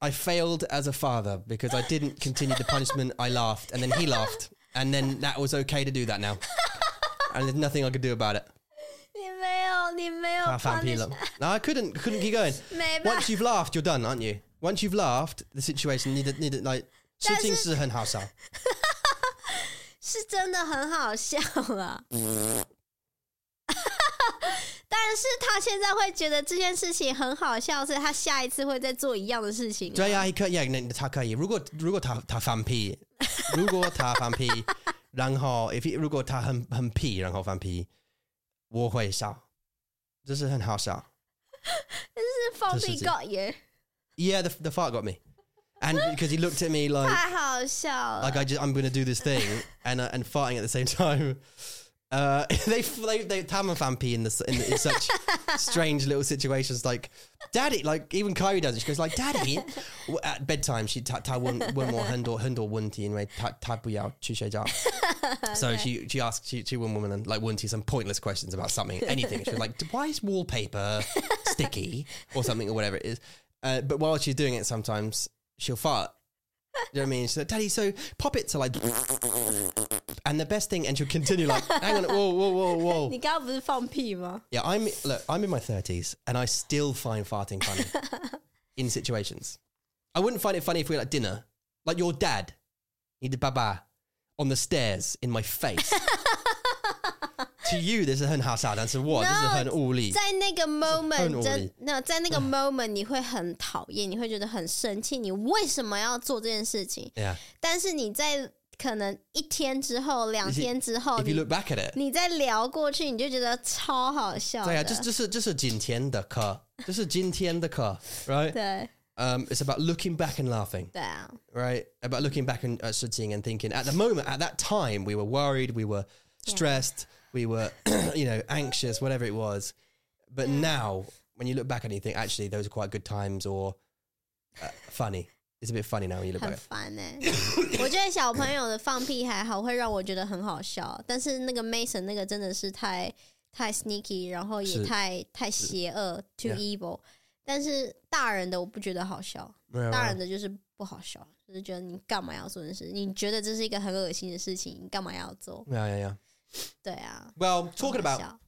Speaker 1: I failed as a father because I didn't continue the punishment. I laughed, and then he laughed, and then that was okay to do that now. And there's nothing I could do about it.
Speaker 2: 你没有，你没有
Speaker 1: I found
Speaker 2: punish-
Speaker 1: Peeler. No, I couldn't. Couldn't keep going.
Speaker 2: 没办
Speaker 1: Once you've laughed, you're done, aren't you? Once you've laughed, the situation needed needed like. 事情是很好笑，
Speaker 2: 是真的很好笑了。 但是他现在会觉得这件事情很好笑，所以他下一次会再做一样的事情。
Speaker 1: 对呀、啊，可以，那他可以。如果如果他他放屁，如果他放屁，然后 if 如果他很很屁，然后放屁，我会笑，这是很好笑。
Speaker 2: 是放
Speaker 1: 这是
Speaker 2: 屁
Speaker 1: 这
Speaker 2: 告爷，
Speaker 1: Yeah, the the fart got me, and because he looked at me like
Speaker 2: 太好笑了。
Speaker 1: like I just I'm gonna do this thing and uh, and farting at the same time. Uh, they they they Tam and Fampi in the in, in such strange little situations like daddy like even Kyrie does it she goes like daddy w- at bedtime she ta ta one one more handle handle one tea anyway ta ta bu yao chu shei jiao so she she asked she she one woman and like one tea some pointless questions about something anything she was like why is wallpaper sticky or something or whatever it is uh, but while she's doing it sometimes she'll fart you know what I mean? She's like, Daddy, so pop it to like, and the best thing, and she'll continue like, hang on, whoa, whoa, whoa,
Speaker 2: 你
Speaker 1: whoa.
Speaker 2: 刚刚不是放屁吗？
Speaker 1: Yeah, I'm look, I'm in my thirties, and I still find farting funny in situations. I wouldn't find it funny if we were at dinner, like your dad, he did baba on the stairs in my face. to you, this is hen hasad, and so what? this is hen uli.
Speaker 2: 在那个
Speaker 1: 很无
Speaker 2: moment
Speaker 1: 力
Speaker 2: 真那在那个
Speaker 1: 嗯
Speaker 2: moment 你会很讨厌，你会觉得很生气，你为什么要做这件事情？
Speaker 1: Yeah.
Speaker 2: 但是你在可能一天之后、两
Speaker 1: If you-
Speaker 2: 天之后，
Speaker 1: If you
Speaker 2: 你
Speaker 1: look back at it,
Speaker 2: 你再聊过去，你就觉得超好笑的。
Speaker 1: yeah, just just just a jin tian de ke, just a jin tian de ke, right?
Speaker 2: 对
Speaker 1: Um, it's about looking back and laughing,
Speaker 2: 对啊，
Speaker 1: right? About looking back and uh, sitting and thinking. At the moment, at that time, we were worried, we were stressed, we were, you know, anxious, whatever it was. But now, when you look back and you think, actually, those are quite good times or uh, funny. It's a bit funny now when you look
Speaker 2: 很
Speaker 1: back.
Speaker 2: 烦 哎、我觉得小朋友的放屁还好，会让我觉得很好笑，但是那个 Mason 那个真的是太太 sneaky，然后也
Speaker 1: 是
Speaker 2: 太太邪恶，too
Speaker 1: Yeah
Speaker 2: evil。但是大人的我不觉得好笑，
Speaker 1: Right,
Speaker 2: 大
Speaker 1: right.
Speaker 2: 人的就是不好笑，就是觉得你干嘛要做这件事？你觉得这是一个很恶心的事情，你干嘛要做？
Speaker 1: Yeah, yeah, yeah.
Speaker 2: 对啊，
Speaker 1: Well, talking
Speaker 2: 很好
Speaker 1: about
Speaker 2: 笑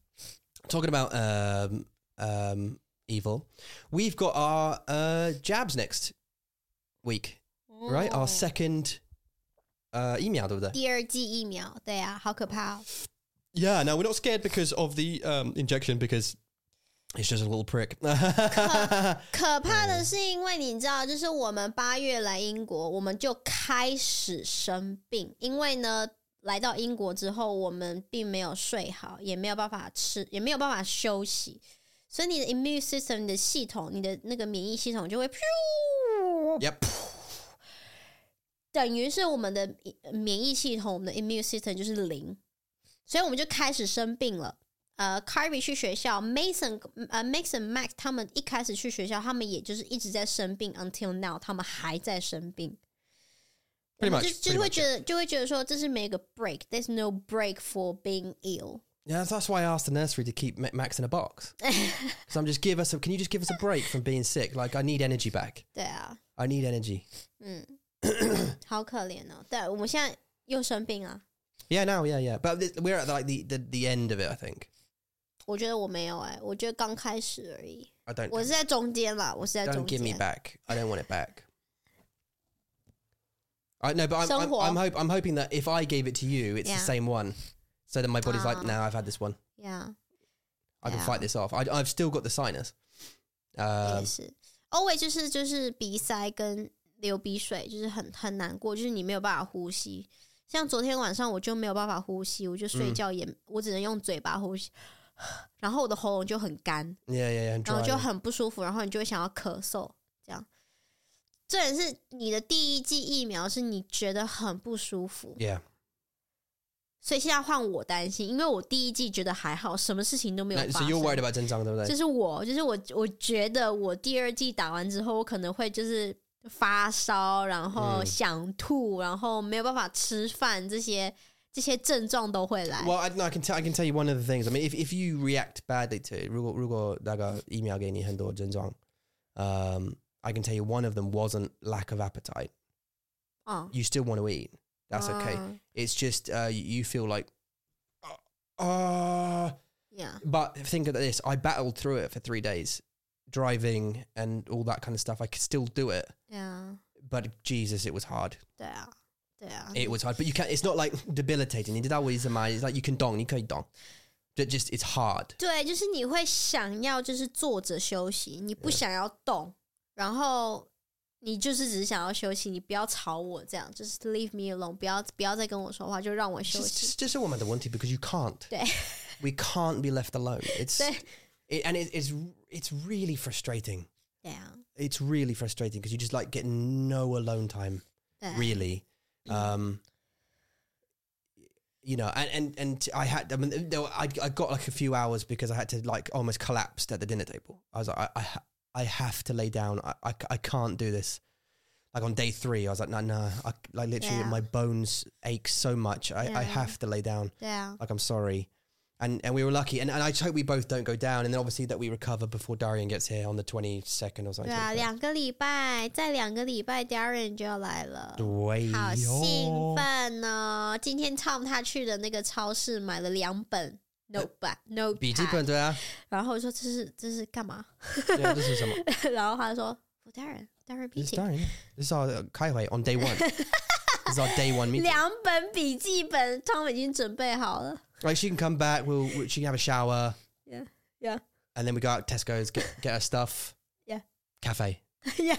Speaker 1: talking about um, um, evil, we've got our uh, jabs next week, right? Our
Speaker 2: 哦
Speaker 1: second uh, email, over there.
Speaker 2: 第二季疫苗，对啊，好可怕、哦！
Speaker 1: Yeah, no, we're not scared because of the um, injection because He's just a little prick.
Speaker 2: 可怕
Speaker 1: 嗯
Speaker 2: 的是，因为你知道，就是我们八月来英国，我们就开始生病，因为呢，来到英国之后，我们并没有睡好，也没有办法吃，也没有办法休息，所以你的 immune system 你的系统，你的那个免疫系统就会 噗，
Speaker 1: yep.
Speaker 2: 等于是我们的呃免疫系统，我们的 immune system 就是零，所以我们就开始生病了。呃 c a r r y 去学校，Mason 呃 Mason Mac 他们一开始去学校，他们也就是一直在生病，until now 他们还在生病。
Speaker 1: Pretty
Speaker 2: 我
Speaker 1: much,
Speaker 2: 们就就
Speaker 1: pretty
Speaker 2: 会
Speaker 1: much,
Speaker 2: 觉得就会觉得说这是没有一个 break，there's no break for being ill。
Speaker 1: Yeah, that's why I asked the nursery to keep Ma- Max in a box. so I'm just give us a. Can you just give us a break from being sick? Like I need energy back.
Speaker 2: 对啊，
Speaker 1: I need energy.
Speaker 2: 好可怜哦。对，我们现在又生病啊。
Speaker 1: Yeah, now, yeah, yeah. But th- we're at like the, the the end of it. I think.
Speaker 2: 我觉得我没有哎、我觉得刚开始而已。
Speaker 1: I don't.
Speaker 2: 我是在中间啦，我是在
Speaker 1: don't
Speaker 2: 中
Speaker 1: give me
Speaker 2: 间。
Speaker 1: back. I don't want it back. I know, but I'm I'm,
Speaker 2: Somehow.
Speaker 1: I'm, hope, I'm hoping that if I gave it to you, it's
Speaker 2: Yeah.
Speaker 1: the same one, so that my body's
Speaker 2: Ah.
Speaker 1: like, now I've had this one.
Speaker 2: Yeah。
Speaker 1: I can
Speaker 2: Yeah.
Speaker 1: fight this off. I, I've still got the sinus. Um,
Speaker 2: 也是。always 就是就是鼻塞跟流鼻水，就是很很难过，就是你没有办法呼吸。像昨天晚上我就没有办法呼吸，我就睡觉也、我只能用嘴巴呼吸， 然后我的喉咙就很干，
Speaker 1: yeah, yeah, yeah. And
Speaker 2: 然后
Speaker 1: dry.
Speaker 2: 就很不舒服，然后你就会想要咳嗽，这样。这也是你的第一剂疫苗，是你觉得很不舒服，
Speaker 1: yeah,
Speaker 2: 所以现在换我担心，因为我第一剂觉得还好，什么事情都没有
Speaker 1: No, so
Speaker 2: 发生。
Speaker 1: you're worried about Zhenzang, don't
Speaker 2: 就
Speaker 1: they?
Speaker 2: 是我，就是我，我觉得我第二季打完之后，我可能会就是发烧，然后
Speaker 1: 嗯
Speaker 2: 想吐，然后没有办法吃饭，这些这些症状都会来。
Speaker 1: Well, I, no, I can tell. I can tell you one of the things. I mean, if, if you react badly to it, 如果-如果大家 email 给你很多症状, um, I can tell you one of them wasn't lack of appetite.
Speaker 2: 嗯，
Speaker 1: You still want to eat. That's okay.
Speaker 2: 嗯
Speaker 1: It's just uh, you feel like, ah. Uh,
Speaker 2: yeah，
Speaker 1: but think of this: I battled through it for three days, driving and all that kind of stuff. I could still do it,
Speaker 2: yeah，
Speaker 1: but Jesus, it was hard.
Speaker 2: 对啊，对啊，
Speaker 1: It was hard. But you can't. It's not like debilitating. You did always mind. It's like you can dong, you can dong. But just it's hard.
Speaker 2: 对，就是你会想要就是坐着休息，你
Speaker 1: 嗯
Speaker 2: 不想要动，然后你就是只是想要休息，你不要吵我，这样就是 leave me alone，不要不要再跟我说话，就让我
Speaker 1: It's
Speaker 2: 休
Speaker 1: Just,
Speaker 2: 息。
Speaker 1: just, just a woman that wanted because you can't.
Speaker 2: 对
Speaker 1: We can't be left alone. It's
Speaker 2: 对
Speaker 1: it, and it, it's it's really frustrating.
Speaker 2: 对啊，
Speaker 1: It's really frustrating because you just like get no alone time.
Speaker 2: 对啊
Speaker 1: really. Um, you know, and, and, and I had, I mean, there were, I, I got like a few hours because I had to like almost collapsed at the dinner table. I was like, I, I, ha- I have to lay down. I, I, c- I can't do this. Like on day three, I was like, no, no, I, like literally
Speaker 2: Yeah.
Speaker 1: my bones ache so much. I,
Speaker 2: Yeah.
Speaker 1: I have to lay down.
Speaker 2: 对啊，
Speaker 1: Like, I'm sorry. And, and we were lucky. And, and I just hope we both don't go down. And then obviously that we recover before Darian gets here on the 22nd or
Speaker 2: 对
Speaker 1: something.
Speaker 2: 啊，
Speaker 1: 23rd.
Speaker 2: 两个礼拜，再两个礼拜，Darren 就要来了，
Speaker 1: 对
Speaker 2: 好
Speaker 1: 哟
Speaker 2: 兴奋哦！今天 Tom 他去的那个超市买了两本 notebook
Speaker 1: 笔记本
Speaker 2: notepad，
Speaker 1: 对啊，
Speaker 2: 然后我说这是这是干嘛？
Speaker 1: 对啊，这是什么？
Speaker 2: 然后他说 For Darren Darren 笔
Speaker 1: It's
Speaker 2: 记
Speaker 1: done. This is our uh, Kaiwei on day one. this is our day one meeting.
Speaker 2: 两本笔记本，Tom 已经准备好了
Speaker 1: Like she can come back. We'll, we she can have a shower,
Speaker 2: ，Yeah Yeah
Speaker 1: and then we go out to Tesco's get get her stuff.
Speaker 2: Yeah.
Speaker 1: Cafe.
Speaker 2: Yeah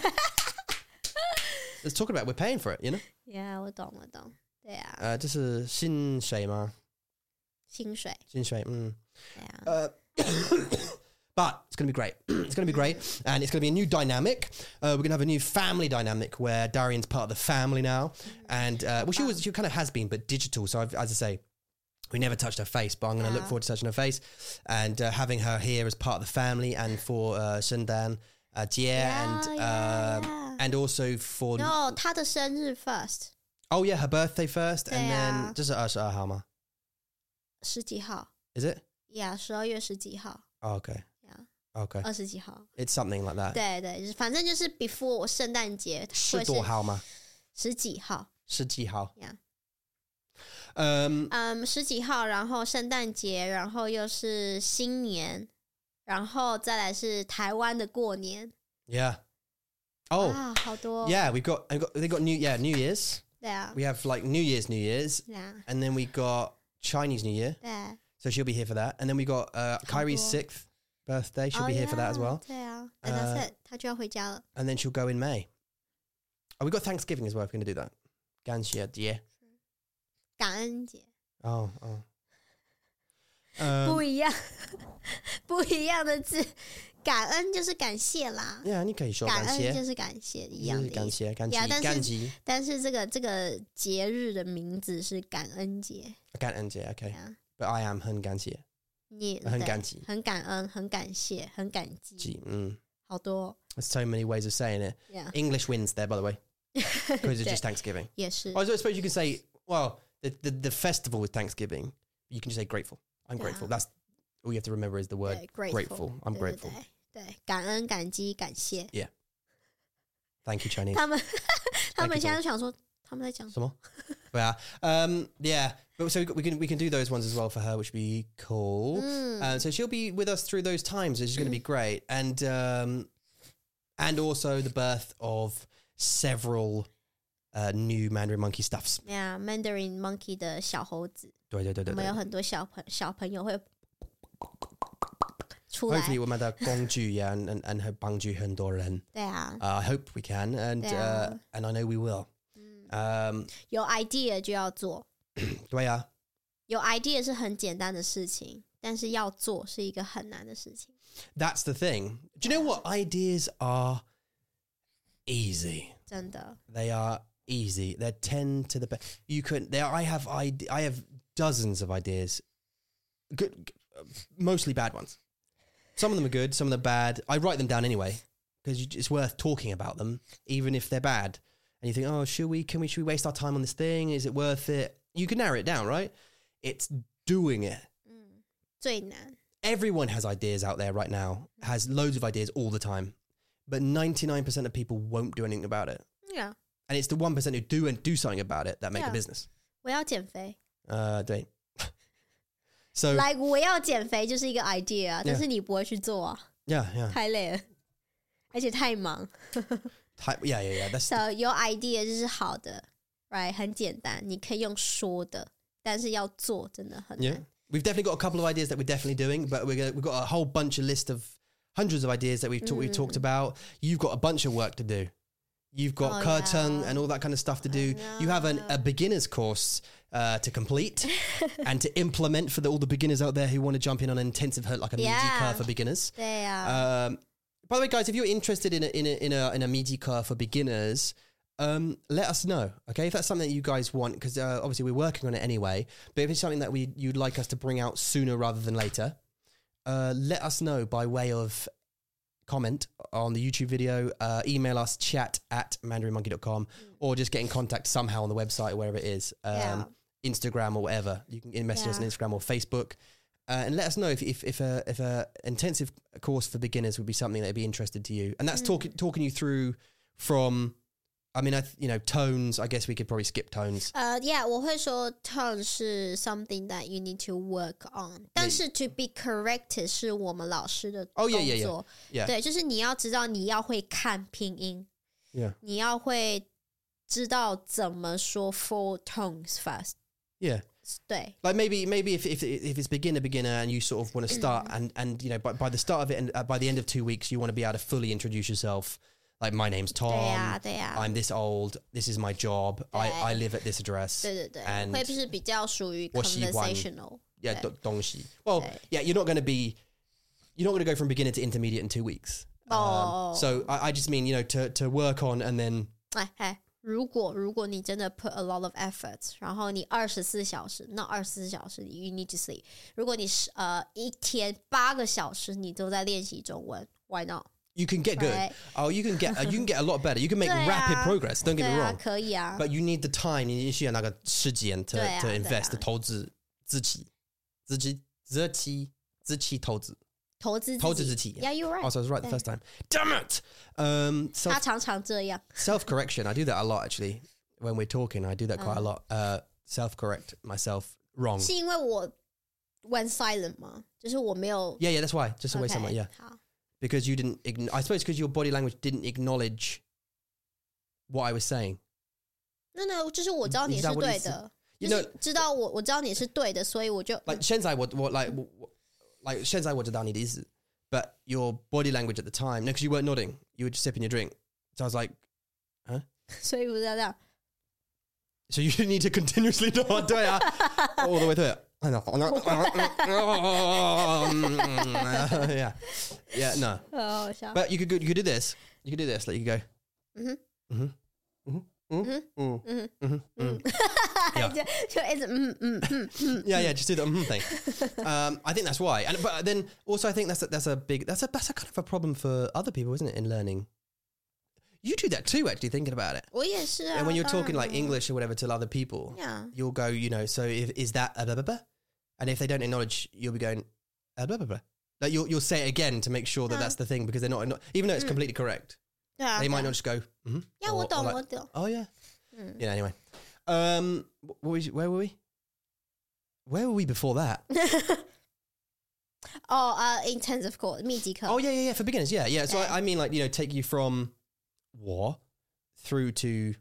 Speaker 1: Let's talk about. it. We're paying for it. You know.
Speaker 2: Yeah，我懂我懂，对啊，
Speaker 1: Uh, just a sin shame.
Speaker 2: 薪水，
Speaker 1: Sin shame.
Speaker 2: 对啊，
Speaker 1: Uh, but it's going to be great. it's going to be great. And it's going to be a new dynamic. Uh, we're going to have a new family dynamic where Darian's part of the family now. And, uh, well, she, was, she kind of has been, but digital. So, I've, as I say, we never touched her face, but I'm going to look
Speaker 2: Yeah.
Speaker 1: forward to touching her face and uh, having her here as part of the family and for uh, Sundan, uh, Jie, and, um,
Speaker 2: Yeah, yeah,
Speaker 1: and also for.
Speaker 2: No，他的生日 first。
Speaker 1: Oh, yeah, her birthday first. And
Speaker 2: Yeah.
Speaker 1: then just at us, uh, Hama.
Speaker 2: 十几号
Speaker 1: Is it?
Speaker 2: 呀，十二月十几号
Speaker 1: Oh, okay.
Speaker 2: 呀，
Speaker 1: Okay.
Speaker 2: 二十几号，
Speaker 1: it's something like that.
Speaker 2: 对对，就是反正就是 before 我圣诞节会是
Speaker 1: 是多好吗？
Speaker 2: 十几号，
Speaker 1: 十几号。
Speaker 2: Yeah.
Speaker 1: Um,
Speaker 2: 嗯，十几号，然后圣诞节，然后又是新年，然后再来是台湾的过年
Speaker 1: yeah. Oh,
Speaker 2: 啊，好多，
Speaker 1: yeah. We've got, I've got, they got new, yeah, New Year's.
Speaker 2: 对啊，
Speaker 1: We have like New Year's, New Year's,
Speaker 2: 对啊，
Speaker 1: and then we got Chinese New Year.
Speaker 2: 对
Speaker 1: So she'll be here for that. And then we got uh, Kyrie's
Speaker 2: cool.
Speaker 1: sixth. birthday.
Speaker 2: Oh,
Speaker 1: She'll be here for that as well. Uh，
Speaker 2: 对啊，and that's it，他就要回家了。
Speaker 1: And then she'll go in May. Oh, we got Thanksgiving as well. If we're going to do that, Ganshia, yeah.
Speaker 2: 感恩节
Speaker 1: Oh, oh. Um,
Speaker 2: 不一样， 不一样的字。感恩就是感谢啦，
Speaker 1: yeah, 你可以说
Speaker 2: 感恩
Speaker 1: 感谢，
Speaker 2: 就是感谢一样的意思。
Speaker 1: 感谢，感
Speaker 2: 呀，
Speaker 1: 激，
Speaker 2: 但是
Speaker 1: 感激，
Speaker 2: 但是这个这个节日的名字是感恩节
Speaker 1: 感恩节，Okay,
Speaker 2: 呀，
Speaker 1: but I am 很感谢，
Speaker 2: 你
Speaker 1: 哎很
Speaker 2: 对
Speaker 1: 感激
Speaker 2: 很感恩，很感谢，很感激，
Speaker 1: 嗯。
Speaker 2: 好多哦
Speaker 1: There's so many ways of saying it.
Speaker 2: 呀，
Speaker 1: English wins there, by the way, because it's just
Speaker 2: 对
Speaker 1: Thanksgiving.
Speaker 2: 也是
Speaker 1: Oh, I suppose you can say, well, the, the, the festival is Thanksgiving. You can just say grateful. I'm
Speaker 2: Yeah.
Speaker 1: grateful. That's all you have to remember is the word
Speaker 2: 对
Speaker 1: grateful. I'm
Speaker 2: 对对
Speaker 1: grateful.
Speaker 2: 对对，感恩、感激、感谢。
Speaker 1: Thank you, Chinese.
Speaker 2: 他们 他们
Speaker 1: Thank you,
Speaker 2: 现在就想说他们在讲什么
Speaker 1: Some more? yeah. Um, yeah. But so we can we can do those ones as well for her, which would be cool.
Speaker 2: 嗯
Speaker 1: Uh, so she'll be with us through those times, which is going to be great. And um, and also the birth of several uh, new Mandarin monkey stuffs.
Speaker 2: 呀，Mandarin Monkey 的小猴子，我们有很多小朋小朋友会出来，
Speaker 1: Hopefully, we'll make that Gongju, yeah, and, and, and her Bangju Hendoren.
Speaker 2: 对啊，
Speaker 1: Uh, I hope we can, and uh,
Speaker 2: Yeah.
Speaker 1: and I know we will. Um, uh,
Speaker 2: 有 idea 就要做，
Speaker 1: yeah,
Speaker 2: 有 idea 是很简单的事情，但是要做是一个很难的事情，
Speaker 1: that's the thing. Do you know what ideas are easy?
Speaker 2: 真的，
Speaker 1: They are easy. They're ten to the best. You could. There, I have. I I have dozens of ideas. Good, uh, mostly bad ones. Some of them are good. Some of them are bad. I write them down anyway because it's worth talking about them, even if they're bad. And you think, oh, should we? Can we? Should we waste our time on this thing? Is it worth it? You can narrow it down, right? It's doing it.
Speaker 2: 嗯，最难，
Speaker 1: Everyone has ideas out there right now. Has loads of ideas all the time, but ninety nine percent of people won't do anything about it
Speaker 2: 对啊，
Speaker 1: and it's the one percent who do and do something about it that make a
Speaker 2: Yeah.
Speaker 1: business.
Speaker 2: 我要减肥
Speaker 1: Uh, Dane. so
Speaker 2: ，like 我要减肥就是一个 idea 啊，但
Speaker 1: 呃 Yeah
Speaker 2: 是你不会去做啊，
Speaker 1: yeah, yeah,
Speaker 2: 太累了，而且太忙。
Speaker 1: Type- yeah, yeah, yeah. That's
Speaker 2: So 有 idea 就是好的，right？很简单，你可以用说的，但是要做真的很
Speaker 1: yeah.
Speaker 2: 难。
Speaker 1: We've definitely got a couple of ideas that we're definitely doing, but we're gonna, we've got a whole bunch of list of hundreds of ideas that we've, ta- we've talked about. You've got a bunch of work to do. You've got
Speaker 2: Mm. Oh,
Speaker 1: curtain
Speaker 2: yeah.
Speaker 1: and all that kind of stuff to
Speaker 2: I
Speaker 1: do. You have an, a
Speaker 2: know.
Speaker 1: beginner's course uh, to complete and to implement for the, all the beginners out there who want to jump in on an intensive, like a meaty
Speaker 2: Yeah.
Speaker 1: curve for beginners.
Speaker 2: 对啊呀、
Speaker 1: Um, by the way, guys, if you're interested in a in a in a, in a MIDI car for beginners, um, let us know. Okay, if that's something that you guys want, because uh, obviously we're working on it anyway. But if it's something that we you'd like us to bring out sooner rather than later, uh, let us know by way of comment on the YouTube video, uh, email us chat at mandarinmonkey.com, or just get in contact somehow on the website or wherever it is, um,
Speaker 2: Yeah.
Speaker 1: Instagram or whatever. You can message us on
Speaker 2: Yeah.
Speaker 1: Instagram or Facebook. Uh, and let us know if if if a if a intensive course for beginners would be something that'd be interested to you, and
Speaker 2: Hmm.
Speaker 1: that's talking talking you through from, I mean, I th- you know tones. I guess we could probably skip tones.
Speaker 2: 呃、y e a h 我会说 tone 是 something that you need to work on，但是 to be corrected 是我们老师的工
Speaker 1: Oh,
Speaker 2: 作。
Speaker 1: yeah, yeah, yeah.
Speaker 2: 对，就是你要知道你要会看拼音，
Speaker 1: Yeah,
Speaker 2: 你要会知道怎么说 four tones first。
Speaker 1: yeah.
Speaker 2: 对，
Speaker 1: like maybe maybe if, if if it's beginner beginner and you sort of want to start and and you know by, by the start of it and uh, by the end of two weeks you want to be able to fully introduce yourself like my name's tom
Speaker 2: 对呀、对呀、
Speaker 1: i'm this old this is my job I,
Speaker 2: Yeah.
Speaker 1: I live at this address
Speaker 2: 对对对
Speaker 1: and
Speaker 2: 会就是比较属于
Speaker 1: 我喜欢
Speaker 2: conversational。
Speaker 1: yeah do- dongxi well
Speaker 2: Yeah.
Speaker 1: yeah you're not going to be you're not going to go from beginner to intermediate in two weeks Um,
Speaker 2: Oh.
Speaker 1: so I, I just mean you know to to work on and then
Speaker 2: 哎哎，如果如果你真的 put a lot of efforts，然后你二十四小时，那二十四小时你 you need to sleep。如果你是呃一天八个小时，你都在练习中文，why not？
Speaker 1: you can get good
Speaker 2: Right.
Speaker 1: oh you can get uh, you can get a lot better you can make rapid
Speaker 2: Yeah.
Speaker 1: progress don't
Speaker 2: 对
Speaker 1: get me
Speaker 2: 啊，
Speaker 1: wrong
Speaker 2: 可以啊。
Speaker 1: But you need the time. You need to 时间 to
Speaker 2: 对啊，
Speaker 1: to
Speaker 2: 对啊。
Speaker 1: invest 投资自己自己自己自己投资
Speaker 2: 投资
Speaker 1: 投资自己哦
Speaker 2: Yeah, you right.
Speaker 1: Also, Oh, I was right the first time. Damn it! Um, self
Speaker 2: 他常常这样。
Speaker 1: self correction. I do that a lot actually. When we're talking, I do that quite a lot. Uh, self correct myself wrong.
Speaker 2: 是因为我 went silent 吗？就是我没有
Speaker 1: Yeah, yeah. That's why. Just away
Speaker 2: OK，
Speaker 1: somewhere. Yeah,
Speaker 2: 好，
Speaker 1: because you didn't. Ign- I suppose because your body language didn't acknowledge what I was saying.
Speaker 2: 那那就是我知道
Speaker 1: 你
Speaker 2: 你
Speaker 1: 知道
Speaker 2: 是
Speaker 1: 我的
Speaker 2: 对
Speaker 1: 意思
Speaker 2: 的，
Speaker 1: You
Speaker 2: 就
Speaker 1: know,
Speaker 2: 是知道我我知道你是对的，所以我就
Speaker 1: like 现在我我 like 我 like 现在我知道你的意思 but your body language at the time, no, because you weren't nodding, you were just sipping your drink. So I was like,
Speaker 2: 所以我知道，
Speaker 1: so you need to continuously nod, do ya? all the way through it. I know. yeah, yeah, no.
Speaker 2: 呃，好笑。
Speaker 1: But you could go, you could do this. You could do this. Like you go.
Speaker 2: Mhm.
Speaker 1: Mhm. Mhm. Mhm. Mhm.
Speaker 2: Mhm.
Speaker 1: Mhm. Mhm.
Speaker 2: 就就一直嗯嗯嗯嗯，
Speaker 1: Yeah, yeah, just do the mm thing. Um, I think that's why. And but then also, I think that's a, that's a big that's a that's a kind of a problem for other people, isn't it? In learning, you do that too. Actually, thinking about it,
Speaker 2: 我也是啊。
Speaker 1: and when you're
Speaker 2: 当然
Speaker 1: talking like
Speaker 2: 了
Speaker 1: English or whatever to other people,
Speaker 2: um, Yeah.
Speaker 1: you'll go, you know, so if, is that a blah blah blah? And if they don't acknowledge, you'll be going a blah blah blah. Like you'll you'll say it again to make sure that
Speaker 2: Yeah.
Speaker 1: that's the thing because they're not, even though it's completely correct,
Speaker 2: 对啊，
Speaker 1: they
Speaker 2: 对
Speaker 1: might
Speaker 2: 啊
Speaker 1: not just go. Mm-hmm,
Speaker 2: 呀，我懂，我懂。
Speaker 1: Oh yeah.
Speaker 2: Hmm.
Speaker 1: Yeah. Anyway, um, wh- what was, where were we? Where were we before that?
Speaker 2: 哦，呃，intensive course 密集课。
Speaker 1: Oh yeah, yeah, yeah. For beginners, yeah, yeah. So
Speaker 2: Yeah.
Speaker 1: I, I mean, like you know, take you from war through to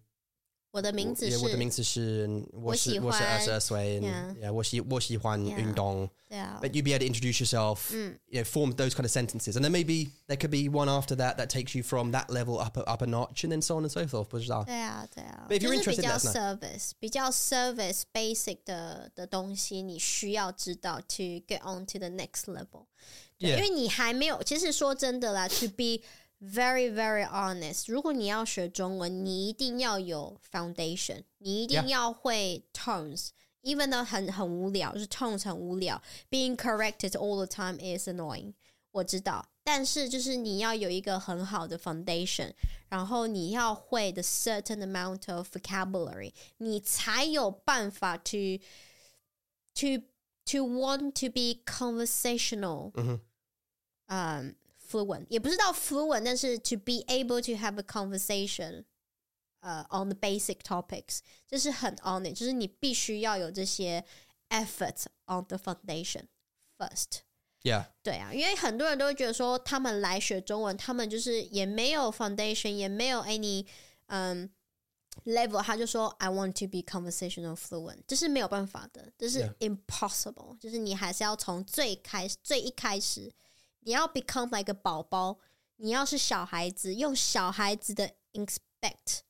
Speaker 2: 我的名字
Speaker 1: yeah,
Speaker 2: 是
Speaker 1: what the means to shi and what's the- what's the
Speaker 2: 我喜欢。
Speaker 1: us- us way and
Speaker 2: Yeah.
Speaker 1: yeah, what's the- what's the Huan
Speaker 2: Yeah. Oh. Hmm.
Speaker 1: Yundong.
Speaker 2: 对啊，
Speaker 1: But you'd be able to introduce yourself, you know, form those kind of sentences, and then maybe there could be one after that that takes you from that level up a- up a notch, and then so on and so forth. But, uh,
Speaker 2: 对啊，对啊，
Speaker 1: But if
Speaker 2: 就
Speaker 1: you're
Speaker 2: 是比
Speaker 1: interested,
Speaker 2: 较
Speaker 1: let us
Speaker 2: service，比较 service basic 的的东西，你需要知道 to get on to the next level。对
Speaker 1: Yeah.
Speaker 2: 因为你还没有，其实说真的啦，to be very very honest，如果你要学中文，你一定要有 foundation，你一
Speaker 1: Yeah.
Speaker 2: 定要会 tones。Even though 很很无聊，就是 tones 很无聊，being corrected all the time is annoying。我知道，但是就是你要有一个很好的 foundation，然后你要会 the certain amount of vocabulary，你才有办法 to to to want to be conversational，
Speaker 1: 嗯哼
Speaker 2: 嗯 um, fluent，也不是到 fluent，但是 to be able to have a conversation，呃、on the basic topics，这是很 on it，就是你必须要有这些 effort on the foundation first。
Speaker 1: yeah,
Speaker 2: 对啊，因为很多人都会觉得说，他们来学中文，他们就是也没有 foundation，也没有 any 嗯 level，他就说 I want to be conversational fluent，这是没有办法的，这是 impossible，就是你还是要从最开始最一开始，你要 become like 个宝宝，你要是小孩子，用小孩子的 expect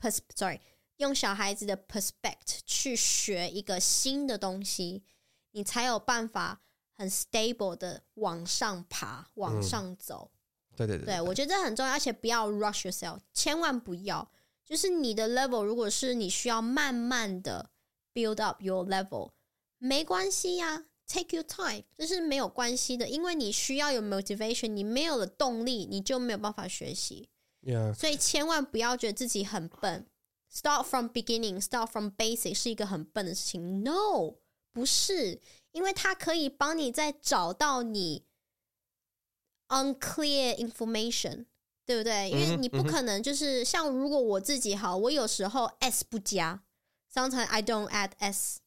Speaker 2: pers sorry，用小孩子的 perspect 去学一个新的东西，你才有办法很 stable 的往上爬、往上走。嗯对我觉得这很重要，而且不要 rush yourself，千万不要。就是你的 level，如果是你需要慢慢的 build up your level，没关系呀、Take your time，这是没有关系的，因为你需要有 motivation，你没有了动力，你就没有办法学习。
Speaker 1: yeah.
Speaker 2: 所以千万不要觉得自己很笨。Start from beginning, start from basic 是一个很笨的事情。No，不是，因为它可以帮你再找到你 unclear information，对不对？因为你不可能就是像如果我自己好，我有时候 s 不加，sometimes I don't add s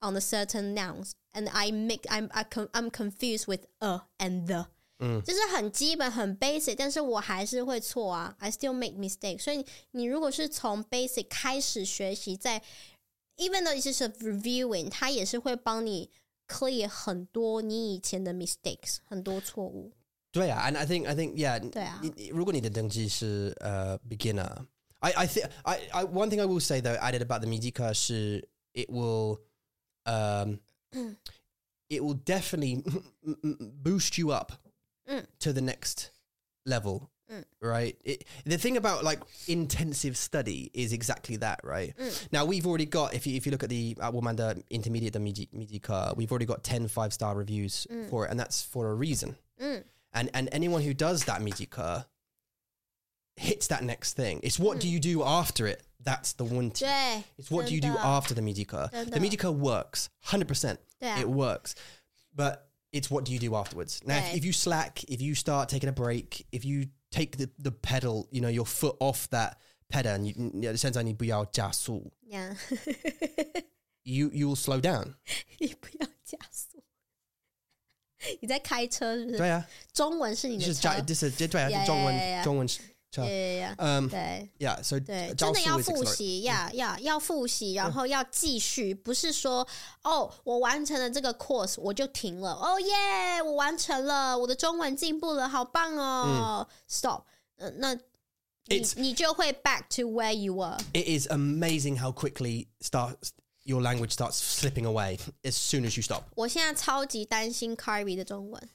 Speaker 2: on the certain nouns and I make I'm I con, I'm confused with a and the。就是很基本、很 basic，但是我还是会错啊，I still make mistake。所以你如果是从 basic 开始学习，在 even though it's just a reviewing，它也是会帮你 clear 很多你以前的 mistakes，很多错误。
Speaker 1: 对啊, and I think I think yeah.
Speaker 2: 对啊。
Speaker 1: 如果你的等级是 uh beginner, I I think I I one thing I will say though added about the Mijika is it will um it will definitely boost you up to the next level. Right. It, the thing about like intensive study is exactly that, right?
Speaker 2: Mm.
Speaker 1: Now we've already got if you if you look at the at Womanda Intermediate the Mijika, we've already got 10 five star reviews
Speaker 2: Mm.
Speaker 1: for it, and that's for a reason
Speaker 2: 嗯
Speaker 1: and and anyone who does that mijika hits that next thing. It's what do
Speaker 2: Hmm.
Speaker 1: you do after it? That's the one. thing.
Speaker 2: 对
Speaker 1: It's what do you do
Speaker 2: 真的
Speaker 1: after the mijika?
Speaker 2: Dun
Speaker 1: The
Speaker 2: dun.
Speaker 1: mijika works hundred percent.
Speaker 2: Yeah.
Speaker 1: It works, but it's what do you do afterwards? Now, if,
Speaker 2: Right.
Speaker 1: if you slack, if you start taking a break, if you take the, the pedal, you know your foot off that pedal, and you, you know, 现在你不要加速,
Speaker 2: 呀
Speaker 1: you you will slow down.
Speaker 2: 你不要加速。你在开车是不是？
Speaker 1: 对啊，
Speaker 2: 中文是你的车。
Speaker 1: 就是加-就是-
Speaker 2: Yeah, yeah,
Speaker 1: 对啊，中文-
Speaker 2: yeah, yeah.
Speaker 1: 中文是- Chao.
Speaker 2: 对呀，
Speaker 1: Um,
Speaker 2: 对
Speaker 1: yeah, so
Speaker 2: 对，
Speaker 1: Jiao
Speaker 2: 真的
Speaker 1: Su
Speaker 2: 要
Speaker 1: is
Speaker 2: 复
Speaker 1: explor-
Speaker 2: 习，呀呀，要复习，然后要继续，不是说哦，我完成了这个 course 我就停了，哦耶，我完成了，我的中文进步了，好棒哦，stop，呃那你
Speaker 1: It's-
Speaker 2: 你就会 back to where you were，
Speaker 1: It is amazing how quickly starts your language starts slipping away as soon as you stop.
Speaker 2: 我现在超级担心 Carrie 的中文。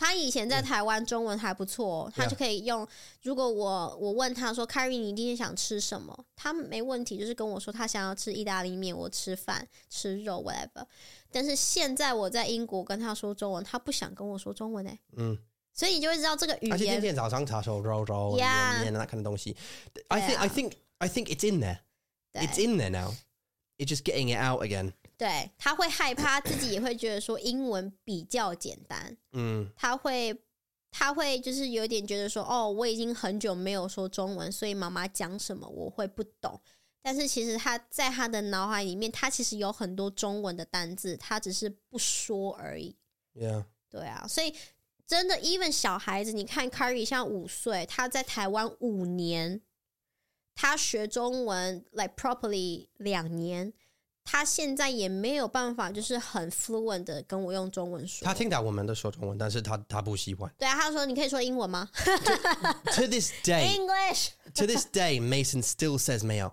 Speaker 2: 他以前在台湾中文还不错、哦，他
Speaker 1: Yeah.
Speaker 2: 就可以用。如果我我问他说，Carrie，你今天想吃什么？他没问题，就是跟我说他想要吃意大利面，我吃饭吃肉 whatever。但是现在我在英国跟他说中文，他不想跟我说中文哎、
Speaker 1: Mm.
Speaker 2: 所以你就会知道这个语言
Speaker 1: 而且今天早上茶时候揉揉
Speaker 2: Yeah.
Speaker 1: and that kind of 东西. I think I
Speaker 2: Yeah.
Speaker 1: think I think it's in there.
Speaker 2: 对
Speaker 1: It's in there now. It's just getting it out again.
Speaker 2: 对，他会害怕，自己也会觉得说英文比较简单。
Speaker 1: Mm.
Speaker 2: 他会他会就是有点觉得说，哦，我已经很久没有说中文，所以妈妈讲什么我会不懂。但是其实他在他的脑海里面，他其实有很多中文的单字，他只是不说而已。
Speaker 1: Yeah.
Speaker 2: 对啊，所以真的，even 小孩子，你看 Carrie 像五岁，他在台湾五年，他学中文 like properly 两年，他现在也没有办法就是很 fluent 的跟我用中文说。
Speaker 1: 他听到我们都说中文，但是他他不喜欢。
Speaker 2: 对啊，他说你可以说英文吗
Speaker 1: to this day,
Speaker 2: ？English。
Speaker 1: to this day, Mason still says mayo.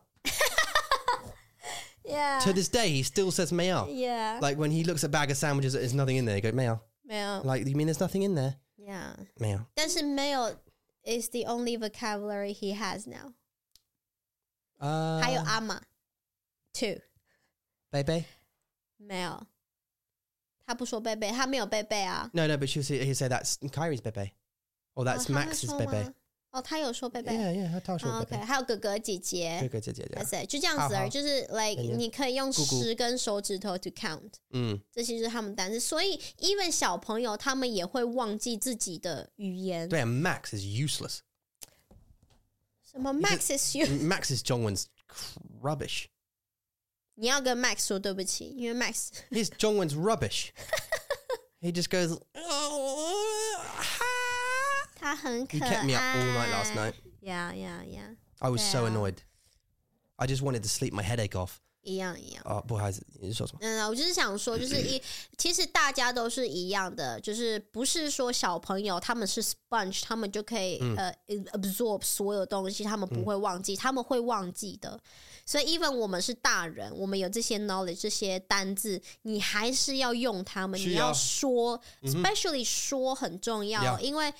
Speaker 1: To
Speaker 2: Yeah.
Speaker 1: this day, he still says mayo.
Speaker 2: Uh. Yeah.
Speaker 1: Like when he looks at a bag of sandwiches, there's nothing in there. You go mayo.
Speaker 2: 没有。
Speaker 1: Like you mean there's nothing in there?
Speaker 2: Yeah.
Speaker 1: Mayo.
Speaker 2: 但是没有 is the only vocabulary he has now。
Speaker 1: Uh,
Speaker 2: 还有阿玛，two
Speaker 1: baby.
Speaker 2: 没有。他不说贝贝，他没有贝贝啊。
Speaker 1: No, no, but she'll say, he'll say that's Kyrie's bebe, or that's
Speaker 2: 哦他会
Speaker 1: Max's
Speaker 2: 说
Speaker 1: bebe.
Speaker 2: 吗哦，他有说贝贝。
Speaker 1: Yeah, yeah, 他到时候
Speaker 2: o k 还有哥哥姐姐，哇
Speaker 1: bebe。这个姐姐，
Speaker 2: 塞，就这样子
Speaker 1: 好
Speaker 2: 而
Speaker 1: 好
Speaker 2: 已，就是 like
Speaker 1: 哎呀
Speaker 2: 你可以用
Speaker 1: 姑姑
Speaker 2: 十根手指头 to count。这
Speaker 1: Mm.
Speaker 2: 些就是他们单词，所以 even 小朋友他们也会忘记自己的语言。
Speaker 1: 嗯，对，Max is useless.
Speaker 2: 什么 Max is you，
Speaker 1: Max is Jongwon's rubbish.
Speaker 2: 你要跟 Max 说对不起，因为 Max
Speaker 1: His Jongwon's rubbish. He just goes. "Oh,
Speaker 2: 他很
Speaker 1: He
Speaker 2: 可爱。
Speaker 1: kept me up all night last night.
Speaker 2: Yeah, yeah, yeah，
Speaker 1: I was so
Speaker 2: Yeah.
Speaker 1: annoyed. I just wanted to sleep my headache off.
Speaker 2: 一样一样。
Speaker 1: Oh, boy, has- you saw some-
Speaker 2: 嗯，我就是想说，就是一，其实大家都是一样的，就是不是说小朋友他们是 sponge，他们就可以、呃 absorb 所有东西，他们不会忘记，他们会忘记的。所以，even 我们是大人，我们有这些 knowledge 这些单字，你还是要用它们，
Speaker 1: 是
Speaker 2: 你
Speaker 1: 啊
Speaker 2: 要说、s p e c i a l l y 说很重要
Speaker 1: Yeah
Speaker 2: 因为。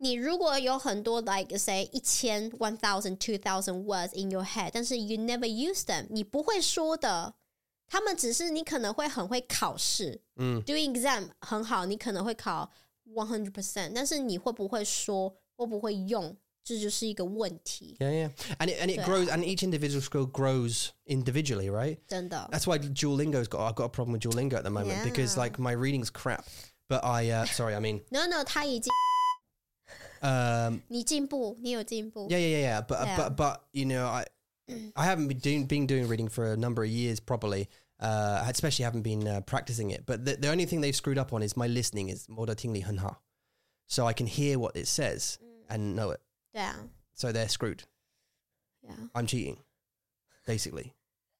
Speaker 2: 你如果有很多 like say 一千 one thousand two thousand words in your head，但是 you never use them，你不会说的。他们只是你可能会很会考试，
Speaker 1: 嗯
Speaker 2: ，doing exam 很好，你可能会考 one hundred percent，但是你会不会说，会不会用，这就是一个问题，
Speaker 1: Yeah, yeah, and it and it
Speaker 2: Yeah.
Speaker 1: grows, and each individual skill grows individually, right?
Speaker 2: 真的。
Speaker 1: That's why Duolingo's got I've got a problem with Duolingo at the moment because
Speaker 2: Yeah.
Speaker 1: like my reading's crap. But I uh, sorry, I mean
Speaker 2: No no，他已经
Speaker 1: um,
Speaker 2: 你进步，你有进步
Speaker 1: yeah, yeah, yeah, yeah. But uh,
Speaker 2: Yeah.
Speaker 1: but but you know I I haven't been doing been doing reading for a number of years properly. Uh, I especially haven't been uh, practicing it. But the, the only thing they've screwed up on is my listening is moda tingli hunha, so I can hear what it
Speaker 2: Mm.
Speaker 1: says and know it.
Speaker 2: 对啊，
Speaker 1: So they're screwed.
Speaker 2: 对啊，
Speaker 1: I'm cheating, basically.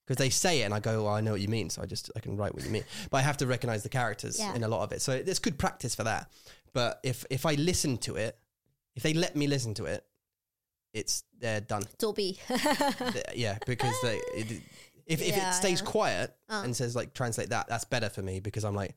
Speaker 1: Because they say it and I go, well, I know what you mean. So I just, I can write what you mean. But I have to recognize the characters
Speaker 2: Yeah.
Speaker 1: in a lot of it. So there's good practice for that. But if, if I listen to it, if they let me listen to it, it's, they're done.
Speaker 2: 作弊。
Speaker 1: They- yeah. Because they, it, if, if
Speaker 2: Yeah,
Speaker 1: it stays
Speaker 2: yeah.
Speaker 1: quiet
Speaker 2: Uh.
Speaker 1: and says like, translate that, that's better for me because I'm like,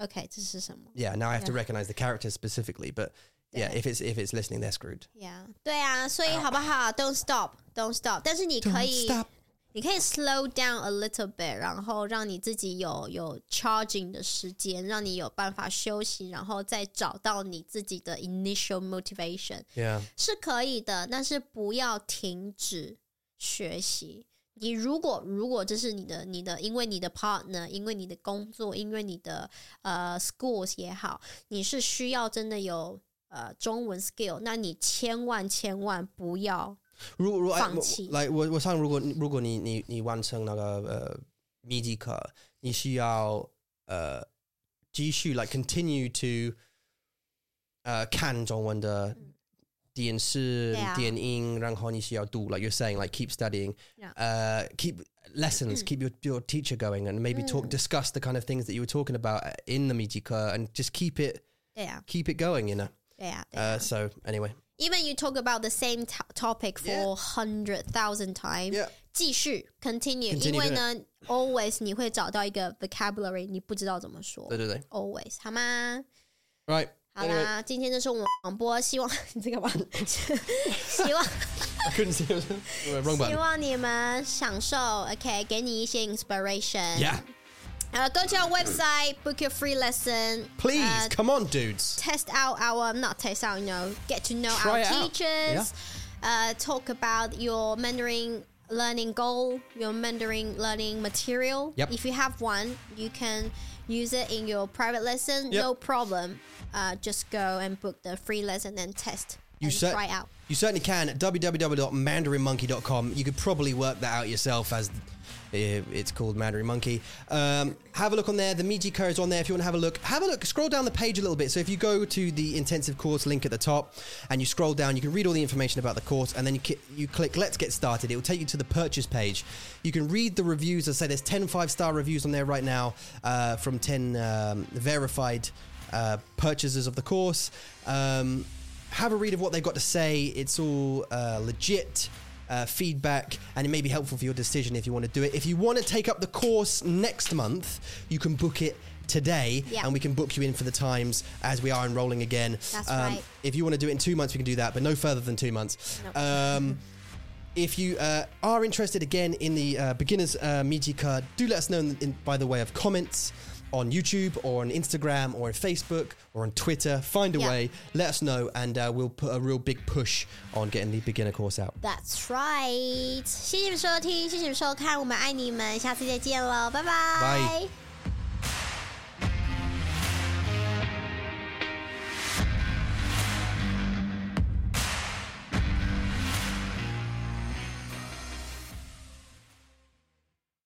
Speaker 2: OK，这是什么？
Speaker 1: yeah, now I have to
Speaker 2: Yeah.
Speaker 1: recognize the characters specifically. But yeah, if it's, if it's listening, they're screwed.
Speaker 2: Yeah，对啊，所以好不好？Don't stop，Don't stop。但是你可以
Speaker 1: Don't stop.
Speaker 2: 你可以 slow down a little bit，然后让你自己有有 charging 的时间，让你有办法休息，然后再找到你自己的 initial motivation
Speaker 1: Yeah.
Speaker 2: 是可以的，但是不要停止学习。你如果如果这是你的你的，因为你的 partner，因为你的工作，因为你的呃 schools 也好，你是需要真的有呃中文 skill，那你千万千万不要
Speaker 1: 如如哎
Speaker 2: 放
Speaker 1: 我
Speaker 2: 弃
Speaker 1: 来，我我想，如果如果你你你完成那个呃密集课，你需要呃继续 like continue to 呃看中文的电视,
Speaker 2: Yeah.
Speaker 1: 电影,然后你需要读, like you're saying, like keep studying,
Speaker 2: Yeah.
Speaker 1: uh, keep lessons, keep your, your teacher going, and maybe
Speaker 2: Mm。
Speaker 1: talk, discuss the kind of things that you were talking about uh, in the Mijika, and just keep it,
Speaker 2: 对呀、
Speaker 1: keep it going, you know.
Speaker 2: 对呀、对呀、啊
Speaker 1: Uh, so anyway,
Speaker 2: Even you talk about the same to- topic for
Speaker 1: Yeah.
Speaker 2: hundred thousand times，、
Speaker 1: Yeah.
Speaker 2: 继续 continue，
Speaker 1: Continue
Speaker 2: 因为呢，always 你会找到一个 vocabulary，你不知道怎么说
Speaker 1: 对，对，对。
Speaker 2: ，always 好吗？
Speaker 1: right.
Speaker 2: 好啦，今天就是我们广播，希望 你这个吧，希 望
Speaker 1: I couldn't see it. Wrong
Speaker 2: 希
Speaker 1: button.
Speaker 2: 望你们享受，OK，给你一些 inspiration。
Speaker 1: Yeah.
Speaker 2: 呃、g o to our website, book your free lesson.
Speaker 1: Please,
Speaker 2: 呃
Speaker 1: come on, dudes.
Speaker 2: test out our not test out, you know, get to know
Speaker 1: Try it
Speaker 2: our
Speaker 1: out.
Speaker 2: teachers. Uh, talk about your mentoring learning goal, your mentoring learning material.
Speaker 1: Yep.
Speaker 2: If you have one, you can use it in your private lesson.
Speaker 1: Yep.
Speaker 2: No problem. Uh, just go and book the free lesson and test.
Speaker 1: You
Speaker 2: and
Speaker 1: cer-
Speaker 2: try out.
Speaker 1: You certainly can. At www.mandarinmonkey.com. You could probably work that out yourself as eh, it's called Mandarin Monkey. Um, have a look on there. The Miji code is on there if you want to have a look. Have a look. Scroll down the page a little bit. So if you go to the intensive course link at the top and you scroll down, you can read all the information about the course and then you, ki- you click Let's Get Started. It will take you to the purchase page. You can read the reviews. I say there's 10 five star reviews on there right now uh, from 10 um, verified uh, purchasers of the course. Um, have a read of what they've got to say. It's all uh, legit uh, feedback, and it may be helpful for your decision if you want to do it. If you want to take up the course next month, you can book it today,
Speaker 2: Yeah.
Speaker 1: and we can book you in for the times as we are enrolling again. Um,
Speaker 2: That's right.
Speaker 1: If you want to do it in two months, we can do that, but no further than two months.
Speaker 2: Nope.
Speaker 1: Um, if you uh, are interested again in the uh, beginners uh, Miji card, do let us know in, in, by the way of comments on YouTube or on Instagram or on Facebook or on Twitter. Find a
Speaker 2: Yeah.
Speaker 1: way, let us know, and uh, we'll put a real big push on getting the beginner course out.
Speaker 2: That's right. 谢谢你们收听，谢谢你们收看，我们爱你们，下次再见喽，拜拜。
Speaker 1: Bye